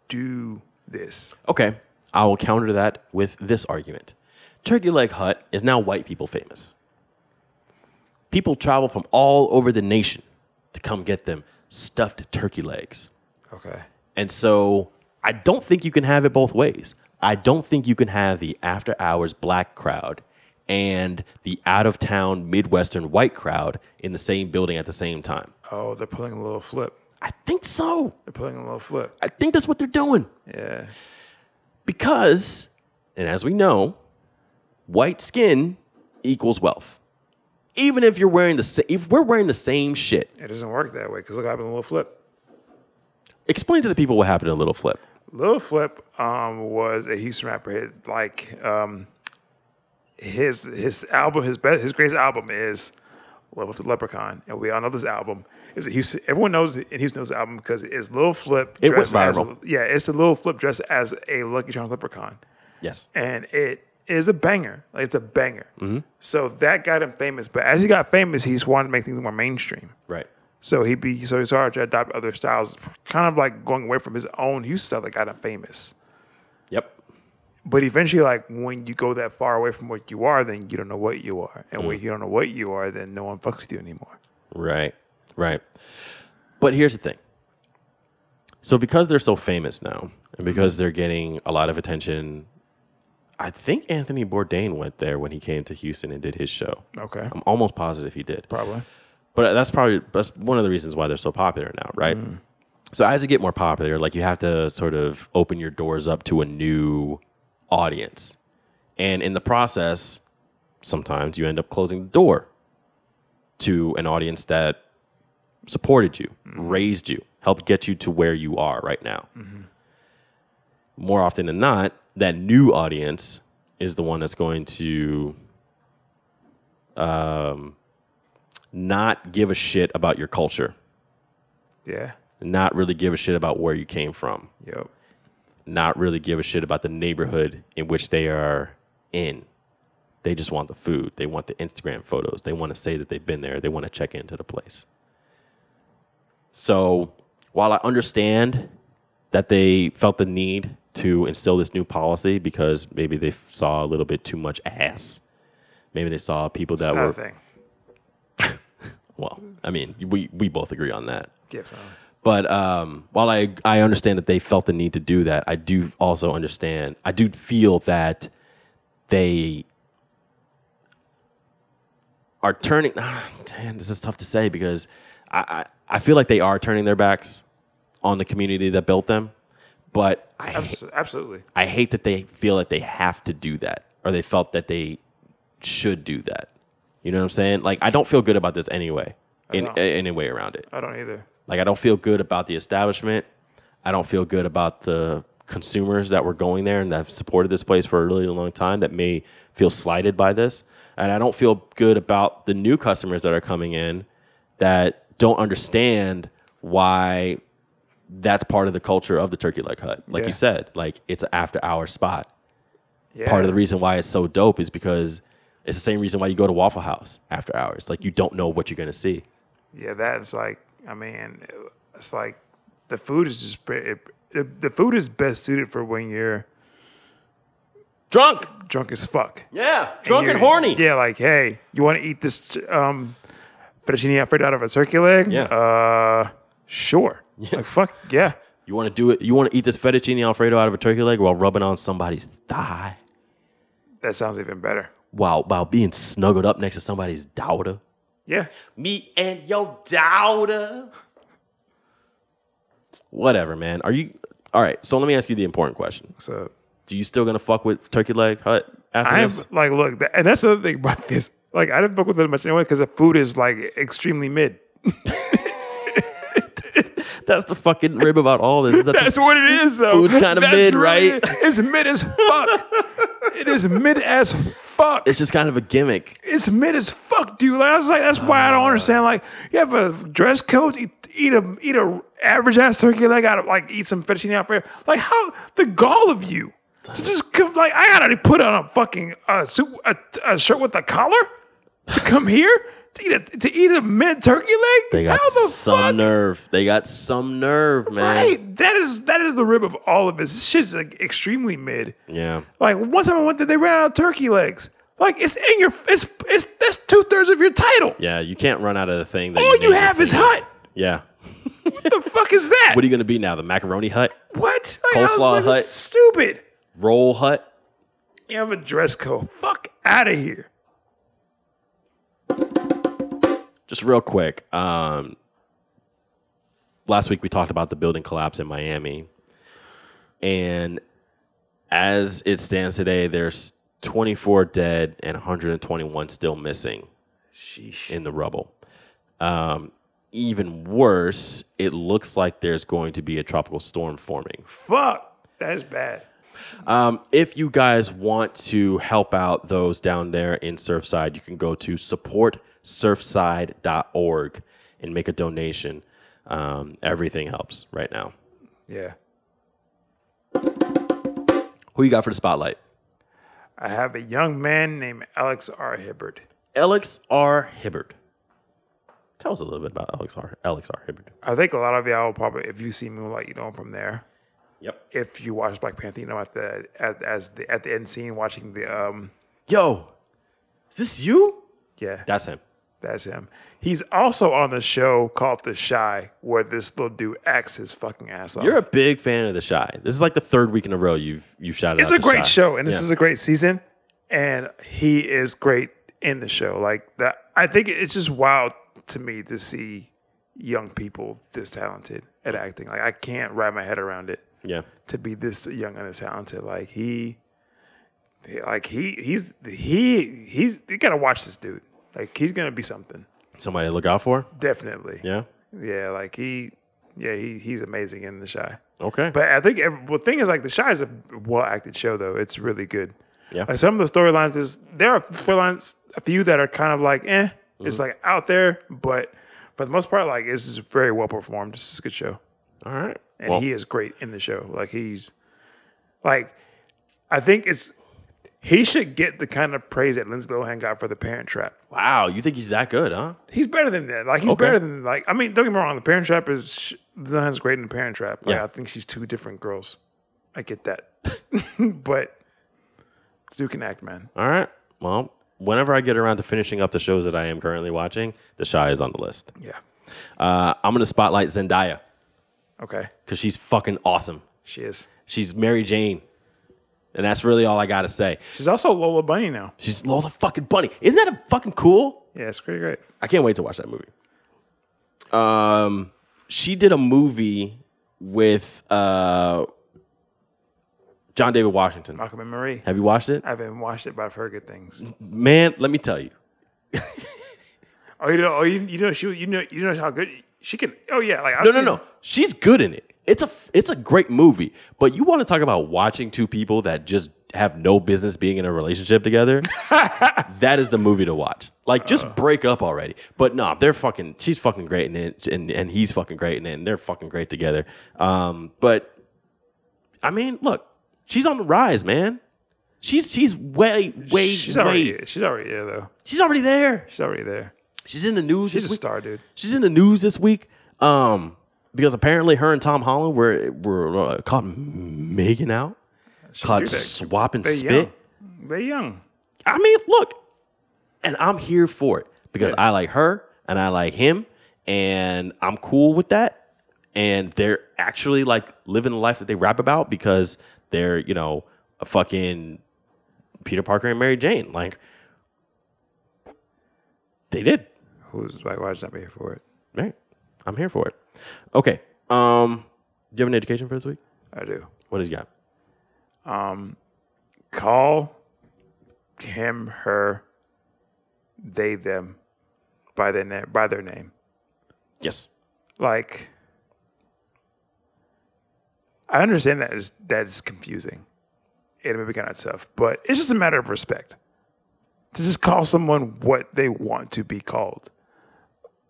[SPEAKER 3] do this.
[SPEAKER 2] Okay, I will counter that with this argument. Turkey Leg Hut is now white people famous. People travel from all over the nation to come get them stuffed turkey legs.
[SPEAKER 3] Okay.
[SPEAKER 2] And so I don't think you can have it both ways. I don't think you can have the after hours black crowd and the out of town Midwestern white crowd in the same building at the same time.
[SPEAKER 3] Oh, they're pulling a little flip.
[SPEAKER 2] I think so.
[SPEAKER 3] They're pulling a little flip.
[SPEAKER 2] I think that's what they're doing.
[SPEAKER 3] Yeah.
[SPEAKER 2] Because, and as we know, white skin equals wealth. Even if you're wearing the sa- if we're wearing the same shit,
[SPEAKER 3] It doesn't work that way because look what happened to Little Flip.
[SPEAKER 2] explain to the people what happened to Little Flip.
[SPEAKER 3] Lil Flip um, was a Houston rapper. His, like um, his his album, his best, his greatest album is Love with the Leprechaun, and we all know this album is a Houston. Everyone knows it, and Houston knows the album because it's Lil Flip.
[SPEAKER 2] It went
[SPEAKER 3] dressed as a-
[SPEAKER 2] viral.
[SPEAKER 3] yeah, it's a Lil Flip dressed as a Lucky Charms leprechaun,
[SPEAKER 2] Yes.
[SPEAKER 3] and it is a banger. Like it's a banger.
[SPEAKER 2] Mm-hmm.
[SPEAKER 3] So that got him famous. But as he got famous, he just wanted to make things more mainstream.
[SPEAKER 2] Right.
[SPEAKER 3] So he be so he started to adopt other styles, kind of like going away from his own Houston style that got him famous.
[SPEAKER 2] Yep.
[SPEAKER 3] But eventually, like when you go that far away from what you are, then you don't know what you are, and
[SPEAKER 2] Mm.
[SPEAKER 3] when you don't know what you are, then no one fucks with you anymore.
[SPEAKER 2] Right. Right. But here's the thing. So because they're so famous now, and because they're getting a lot of attention, I think Anthony Bourdain went there when he came to Houston and did his show.
[SPEAKER 3] Okay,
[SPEAKER 2] I'm almost positive he did.
[SPEAKER 3] probably.
[SPEAKER 2] But that's probably that's one of the reasons why they're so popular now, right? So as you get more popular, like you have to sort of open your doors up to a new audience. And in the process, sometimes you end up closing the door to an audience that supported you, raised you, helped get you to where you are right now. More often than not, that new audience is the one that's going to not give a shit about your culture.
[SPEAKER 3] Yeah,
[SPEAKER 2] not really give a shit about where you came from,
[SPEAKER 3] Yep.
[SPEAKER 2] not really give a shit about the neighborhood in which they are in. They just want the food. They want the Instagram photos. They want to say that they've been there. They want to check into the place. So while I understand that they felt the need to instill this new policy because maybe they saw a little bit too much ass, maybe they saw people that
[SPEAKER 3] It's not
[SPEAKER 2] were
[SPEAKER 3] a thing.
[SPEAKER 2] well. I mean, we we both agree on that.
[SPEAKER 3] Definitely.
[SPEAKER 2] But um, while I, I understand that they felt the need to do that, I do also understand, I do feel that they are turning. Man, this is tough to say because I, I, I feel like they are turning their backs on the community that built them. But I, ha-
[SPEAKER 3] Abs- Absolutely.
[SPEAKER 2] I hate that they feel that they have to do that or they felt that they should do that. You know what I'm saying? Like, I don't feel good about this anyway, in,
[SPEAKER 3] know.
[SPEAKER 2] in any way around it.
[SPEAKER 3] I don't either.
[SPEAKER 2] Like I don't feel good about the establishment. I don't feel good about the consumers that were going there and that have supported this place for a really long time that may feel slighted by this. And I don't feel good about the new customers that are coming in that don't understand why that's part of the culture of the turkey leg hut. Like
[SPEAKER 3] Yeah.
[SPEAKER 2] you said, like it's an after hour spot
[SPEAKER 3] Yeah.
[SPEAKER 2] part of the reason why it's so dope is because it's the same reason why you go to Waffle House after hours. Like you don't know what you're gonna see.
[SPEAKER 3] Yeah, that's like, I mean, it's like the food is just pre- it, it, the food is best suited for when you're
[SPEAKER 2] Drunk,
[SPEAKER 3] drunk as fuck,
[SPEAKER 2] yeah, drunk and,
[SPEAKER 3] you're-
[SPEAKER 2] horny.
[SPEAKER 3] Yeah, like hey, you want to eat this um, fettuccine alfredo out of a turkey leg?
[SPEAKER 2] Yeah.
[SPEAKER 3] Uh, sure. Like fuck yeah.
[SPEAKER 2] You want to do it? You want to eat this fettuccine alfredo out of a turkey leg while rubbing on somebody's thigh,
[SPEAKER 3] That sounds even better.
[SPEAKER 2] while while being snuggled up next to somebody's daughter.
[SPEAKER 3] Yeah.
[SPEAKER 2] Me and your daughter. Whatever, man. Are you all right? So let me ask you the important question:
[SPEAKER 3] So
[SPEAKER 2] Do you still gonna fuck with turkey leg hut after
[SPEAKER 3] I'm
[SPEAKER 2] this?
[SPEAKER 3] like, look, that, and that's the other thing about this. Like, I didn't fuck with it much anyway because the food is like extremely mid.
[SPEAKER 2] That's the fucking rib about all this. is that the-
[SPEAKER 3] That's what it is, though.
[SPEAKER 2] Food's kinda
[SPEAKER 3] That's
[SPEAKER 2] mid,
[SPEAKER 3] really-
[SPEAKER 2] right?
[SPEAKER 3] It's mid as fuck. it is mid as fuck.
[SPEAKER 2] it's just kind of a gimmick.
[SPEAKER 3] It's mid as fuck, dude. Like, I was like, that's why
[SPEAKER 2] Uh.
[SPEAKER 3] I don't understand. Like, you have a dress code, eat, eat a eat a average ass turkey leg out of like eat some fettuccine alfredo. Like, how the gall of you to just come like I gotta put on a fucking uh, suit, a, a shirt with a collar to come here to eat a to eat a mid turkey leg.
[SPEAKER 2] They got
[SPEAKER 3] how the
[SPEAKER 2] some
[SPEAKER 3] fuck?
[SPEAKER 2] nerve. They got some nerve, man.
[SPEAKER 3] Right, that is that is the rib of all of this. This shit's like extremely mid.
[SPEAKER 2] Yeah.
[SPEAKER 3] Like one time I went there, they ran out of turkey legs. Like it's in your it's it's that's two thirds of your title.
[SPEAKER 2] Yeah. You can't run out of the thing. That
[SPEAKER 3] All you
[SPEAKER 2] named your
[SPEAKER 3] have is
[SPEAKER 2] thing.
[SPEAKER 3] hut.
[SPEAKER 2] Yeah.
[SPEAKER 3] What the fuck is that?
[SPEAKER 2] What are you gonna be now? The macaroni hut?
[SPEAKER 3] What? Like, I was
[SPEAKER 2] Coleslaw
[SPEAKER 3] like, this
[SPEAKER 2] hut.
[SPEAKER 3] is stupid.
[SPEAKER 2] Roll hut?
[SPEAKER 3] You have a dress code. Fuck out of here.
[SPEAKER 2] Just real quick. Um, last week we talked about the building collapse in Miami, and as it stands today, there's 24 dead and 121 still missing in the rubble. Um, even worse, it looks like there's going to be a tropical storm forming.
[SPEAKER 3] Fuck. That is bad.
[SPEAKER 2] Um, if you guys want to help out those down there in Surfside, you can go to supportsurfside.org and make a donation. Um, everything helps right now.
[SPEAKER 3] Yeah.
[SPEAKER 2] Who you got for the spotlight?
[SPEAKER 3] I have a young man named Alex R. Hibbard.
[SPEAKER 2] Alex R. Hibbard. Tell us a little bit about Alex R. Alex R. Hibbard.
[SPEAKER 3] I think a lot of y'all probably, if you see Moonlight, you know him from there.
[SPEAKER 2] Yep.
[SPEAKER 3] If you watch Black Panther, you know at the at, as the at the end scene watching the um
[SPEAKER 2] Yo, is this you?
[SPEAKER 3] yeah
[SPEAKER 2] That's him.
[SPEAKER 3] that's him. He's also on the show called The Shy, where this little dude acts his fucking ass off.
[SPEAKER 2] You're a big fan of The Shy. This is like the third week in a row you've you've shouted.
[SPEAKER 3] it's
[SPEAKER 2] out
[SPEAKER 3] a
[SPEAKER 2] The Chi.
[SPEAKER 3] great show and this
[SPEAKER 2] Yeah.
[SPEAKER 3] is a great season and he is great in the show like that i think it's just wild to me to see young people this talented at acting like i can't wrap my head around it
[SPEAKER 2] yeah.
[SPEAKER 3] to be this young and this talented like he like he he's he he's you gotta watch this dude like he's gonna be something
[SPEAKER 2] Somebody to look out for.
[SPEAKER 3] definitely
[SPEAKER 2] Yeah.
[SPEAKER 3] yeah like he yeah he he's amazing in the shy
[SPEAKER 2] Okay.
[SPEAKER 3] but I think every, well, thing is like the Shy is a well acted show though. It's really good.
[SPEAKER 2] Yeah.
[SPEAKER 3] Like some of the storylines
[SPEAKER 2] Mm-hmm.
[SPEAKER 3] is there are storylines a few that are kind of like eh, it's like out there, but for the most part, like this is very well performed. This is a good show,
[SPEAKER 6] All right.
[SPEAKER 3] and
[SPEAKER 2] Well-
[SPEAKER 3] he is great in the show. Like he's, like, I think it's he should get the kind of praise that Lindsay Lohan got for The Parent Trap.
[SPEAKER 2] Wow, you think he's that good, huh?
[SPEAKER 3] He's better than that. Like he's
[SPEAKER 2] Okay.
[SPEAKER 3] better than like. I mean, don't get me wrong. The Parent Trap is sh- Lohan's great in The Parent Trap. Like,
[SPEAKER 2] Yeah.
[SPEAKER 3] I think she's two different girls. I get that, but Stu can act, man.
[SPEAKER 6] All right.
[SPEAKER 2] Well, whenever I get around to finishing up the shows that I am currently watching, The Shy is on the list.
[SPEAKER 3] Yeah.
[SPEAKER 2] Uh, I'm gonna spotlight Zendaya
[SPEAKER 3] Okay.
[SPEAKER 2] because she's fucking awesome.
[SPEAKER 3] She is.
[SPEAKER 2] She's Mary Jane, and that's really all I gotta say.
[SPEAKER 3] She's also Lola Bunny now.
[SPEAKER 2] She's Lola fucking Bunny. Isn't that a fucking cool?
[SPEAKER 3] Yeah, it's pretty great.
[SPEAKER 2] I can't wait to watch that movie. Um, she did a movie with uh, John David Washington.
[SPEAKER 3] Malcolm and Marie.
[SPEAKER 2] Have you watched it?
[SPEAKER 3] I haven't watched it, but I've heard good things.
[SPEAKER 2] Man, let me tell you.
[SPEAKER 3] Oh, you know, oh, you, you know, she, you know, you know how good she can. Oh yeah, like I've
[SPEAKER 2] No, no,
[SPEAKER 3] seen-
[SPEAKER 2] no. She's good in it. It's a it's a great movie. But you want to talk about watching two people that just have no business being in a relationship together? that is the movie to watch. Like just
[SPEAKER 3] Uh.
[SPEAKER 2] break up already. But no, they're fucking she's fucking great in it and and he's fucking great in it and they're fucking great together. Um but I mean, look, she's on the rise, man. She's she's way way
[SPEAKER 3] she's
[SPEAKER 2] way
[SPEAKER 3] already, she's already there though.
[SPEAKER 2] she's already there.
[SPEAKER 3] She's already there.
[SPEAKER 2] She's in the news.
[SPEAKER 3] She's
[SPEAKER 2] this
[SPEAKER 3] a
[SPEAKER 2] week.
[SPEAKER 3] star, dude.
[SPEAKER 2] She's in the news this week um, because apparently her and Tom Holland were were uh, caught making out,
[SPEAKER 3] do
[SPEAKER 2] caught
[SPEAKER 3] that.
[SPEAKER 2] swapping
[SPEAKER 3] They
[SPEAKER 2] spit.
[SPEAKER 3] young. They young.
[SPEAKER 2] I mean, look, and I'm here for it because I like her and I like him, and I'm cool with that. And they're actually like living the life that they rap about because they're you know a fucking Peter Parker and Mary Jane. Like they did.
[SPEAKER 3] Who's like, why should I be here for it?
[SPEAKER 2] Right. I'm here for it. Okay. Um, do you have an education for this week?
[SPEAKER 3] I do.
[SPEAKER 2] What has you got?
[SPEAKER 3] Call him, her, they, them, by their name, by their name.
[SPEAKER 2] Yes.
[SPEAKER 3] Like, I understand that is that is confusing. It may be kind of tough, but it's just a matter of respect. to just call someone what they want to be called.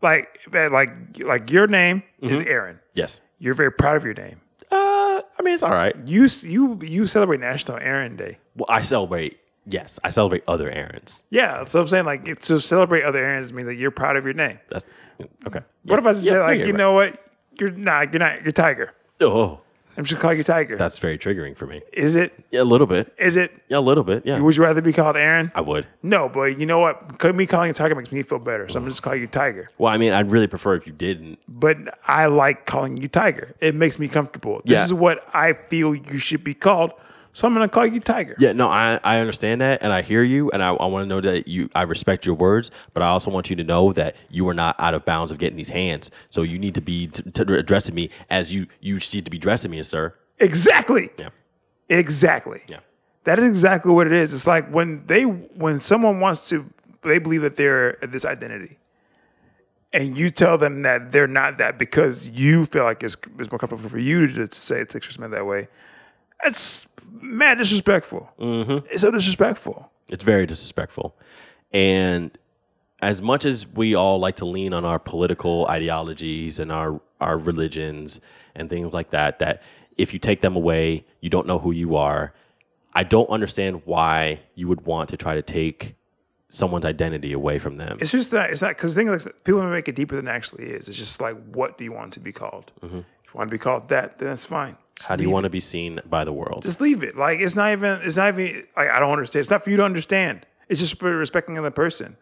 [SPEAKER 3] Like man, like like your name is Aaron.
[SPEAKER 2] Yes.
[SPEAKER 3] You're very proud of your name.
[SPEAKER 2] Uh, I mean, it's all right.
[SPEAKER 3] You s- you you celebrate National Aaron Day.
[SPEAKER 2] Well, I celebrate. Yes, I celebrate other errands.
[SPEAKER 3] Yeah, so I'm saying like it- to celebrate other Aarons means that you're proud of your name.
[SPEAKER 2] That's okay.
[SPEAKER 3] What if I say
[SPEAKER 2] no,
[SPEAKER 3] like
[SPEAKER 2] you're
[SPEAKER 3] you
[SPEAKER 2] right.
[SPEAKER 3] know what you're not you're not you're Tiger.
[SPEAKER 2] Oh,
[SPEAKER 3] I'm just gonna call you Tiger.
[SPEAKER 2] that's very triggering for me.
[SPEAKER 3] is it
[SPEAKER 2] Yeah, a little bit.
[SPEAKER 3] is it?
[SPEAKER 2] Yeah, a little bit. Yeah,
[SPEAKER 3] Would you rather be called Aaron?
[SPEAKER 2] I would.
[SPEAKER 3] No, but you know what? Me calling you Tiger makes me feel better, so I'm gonna just call you Tiger.
[SPEAKER 2] Well, I mean, I'd really prefer if you didn't.
[SPEAKER 3] but I like calling you Tiger. It makes me comfortable. This
[SPEAKER 2] Yeah.
[SPEAKER 3] is what I feel you should be called. So I'm gonna call you Tiger.
[SPEAKER 2] Yeah, no, I, I understand that, and I hear you, and I, I want to know that you I respect your words, but I also want you to know that you are not out of bounds of getting these hands. So you need to be t- t- addressing me as you you need to be dressing me, sir.
[SPEAKER 3] Exactly.
[SPEAKER 2] Yeah,
[SPEAKER 3] Exactly.
[SPEAKER 2] yeah,
[SPEAKER 3] That is exactly what it is. It's like when they when someone wants to they believe that they're this identity. And you tell them that they're not that because you feel like it's, it's more comfortable for you to just say it to express men that way. That's mad disrespectful. It's so disrespectful.
[SPEAKER 2] it's very disrespectful. And as much as we all like to lean on our political ideologies and our our religions and things like that, that if you take them away, you don't know who you are. I don't understand why you would want to try to take someone's identity away from them.
[SPEAKER 3] it's just that it's not because things like that, people make it deeper than it actually is. It's just like, what do you want to be called? If you want to be called that, then that's fine. Just
[SPEAKER 2] How do you
[SPEAKER 3] leave
[SPEAKER 2] want
[SPEAKER 3] it.
[SPEAKER 2] to be seen by the world?
[SPEAKER 3] Just leave it. Like it's not even. It's not even. Like I don't understand. It's not for you to understand. It's just for respecting another person.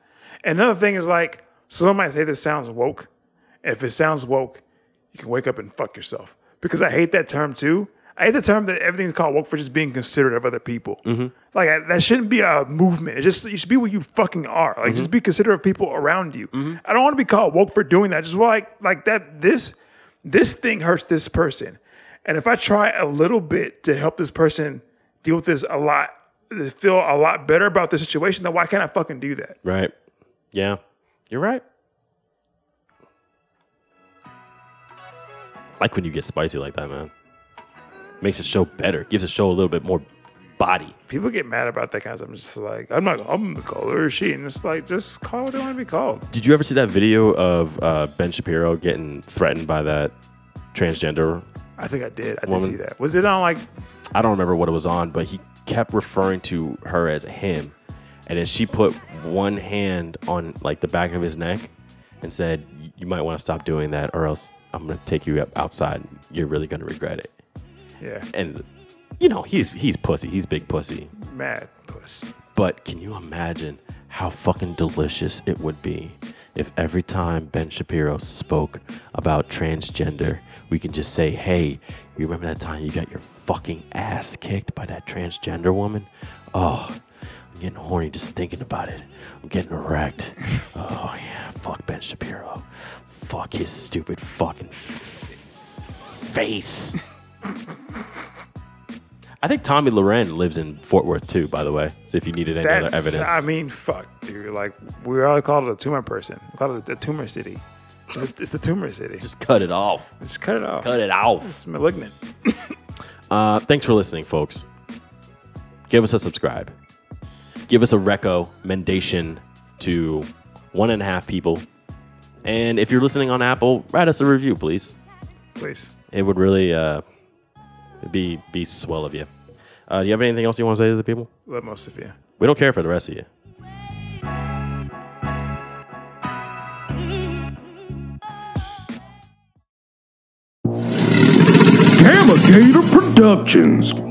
[SPEAKER 3] And another thing is like, someone might say this sounds woke. If it sounds woke, you can wake up and fuck yourself because I hate that term too. I hate the term that everything's called woke for just being considerate of other people. Like I, that shouldn't be a movement. It just you should be what you fucking are. Like just be considerate of people around you. I don't want to be called woke for doing that. Just like like that. This this thing hurts this person, and if I try a little bit to help this person deal with this a lot, feel a lot better about the situation, then why can't I fucking do that?
[SPEAKER 2] right. Yeah. You're right. Like when you get spicy like that, man. Makes the show better. Gives the show a little bit more body.
[SPEAKER 3] People get mad about that kind of stuff. I'm just like, I'm not, I'm the caller. She and it's like, just call what you want to be called.
[SPEAKER 2] Did you ever see that video of uh, Ben Shapiro getting threatened by that transgender?
[SPEAKER 3] I think I did. I
[SPEAKER 2] Woman.
[SPEAKER 3] did see that. Was it on like?
[SPEAKER 2] I don't remember what it was on, but he kept referring to her as him, and then she put one hand on like the back of his neck and said, "You might want to stop doing that, or else I'm gonna take you up outside. You're really gonna regret it."
[SPEAKER 3] Yeah,
[SPEAKER 2] And you know he's he's pussy. He's big pussy.
[SPEAKER 3] mad puss.
[SPEAKER 2] But can you imagine how fucking delicious it would be if every time Ben Shapiro spoke about transgender, we can just say, hey, you remember that time you got your fucking ass kicked by that transgender woman? Oh, I'm getting horny just thinking about it. I'm getting erect. oh, yeah. Fuck Ben Shapiro. Fuck his stupid fucking face. I think Tommy Loren lives in Fort Worth too, by the way. So if you needed any
[SPEAKER 3] That's,
[SPEAKER 2] other evidence,
[SPEAKER 3] I mean, fuck, dude. Like we already called it a tumor person. We call it a tumor city. It's, it's the tumor city. Just,
[SPEAKER 2] just cut it off.
[SPEAKER 3] cut it off.
[SPEAKER 2] Cut it off.
[SPEAKER 3] It's malignant.
[SPEAKER 2] Uh, thanks for listening, folks. Give us a subscribe. Give us a recommendation to one and a half people. And if you're listening on Apple, write us a review, please.
[SPEAKER 3] Please.
[SPEAKER 2] It would really uh, be be swell of you. Uh, do you have anything else you want to say to the people?
[SPEAKER 3] Love most of you.
[SPEAKER 2] We don't care for the rest of you.
[SPEAKER 1] Gamma Gator Productions.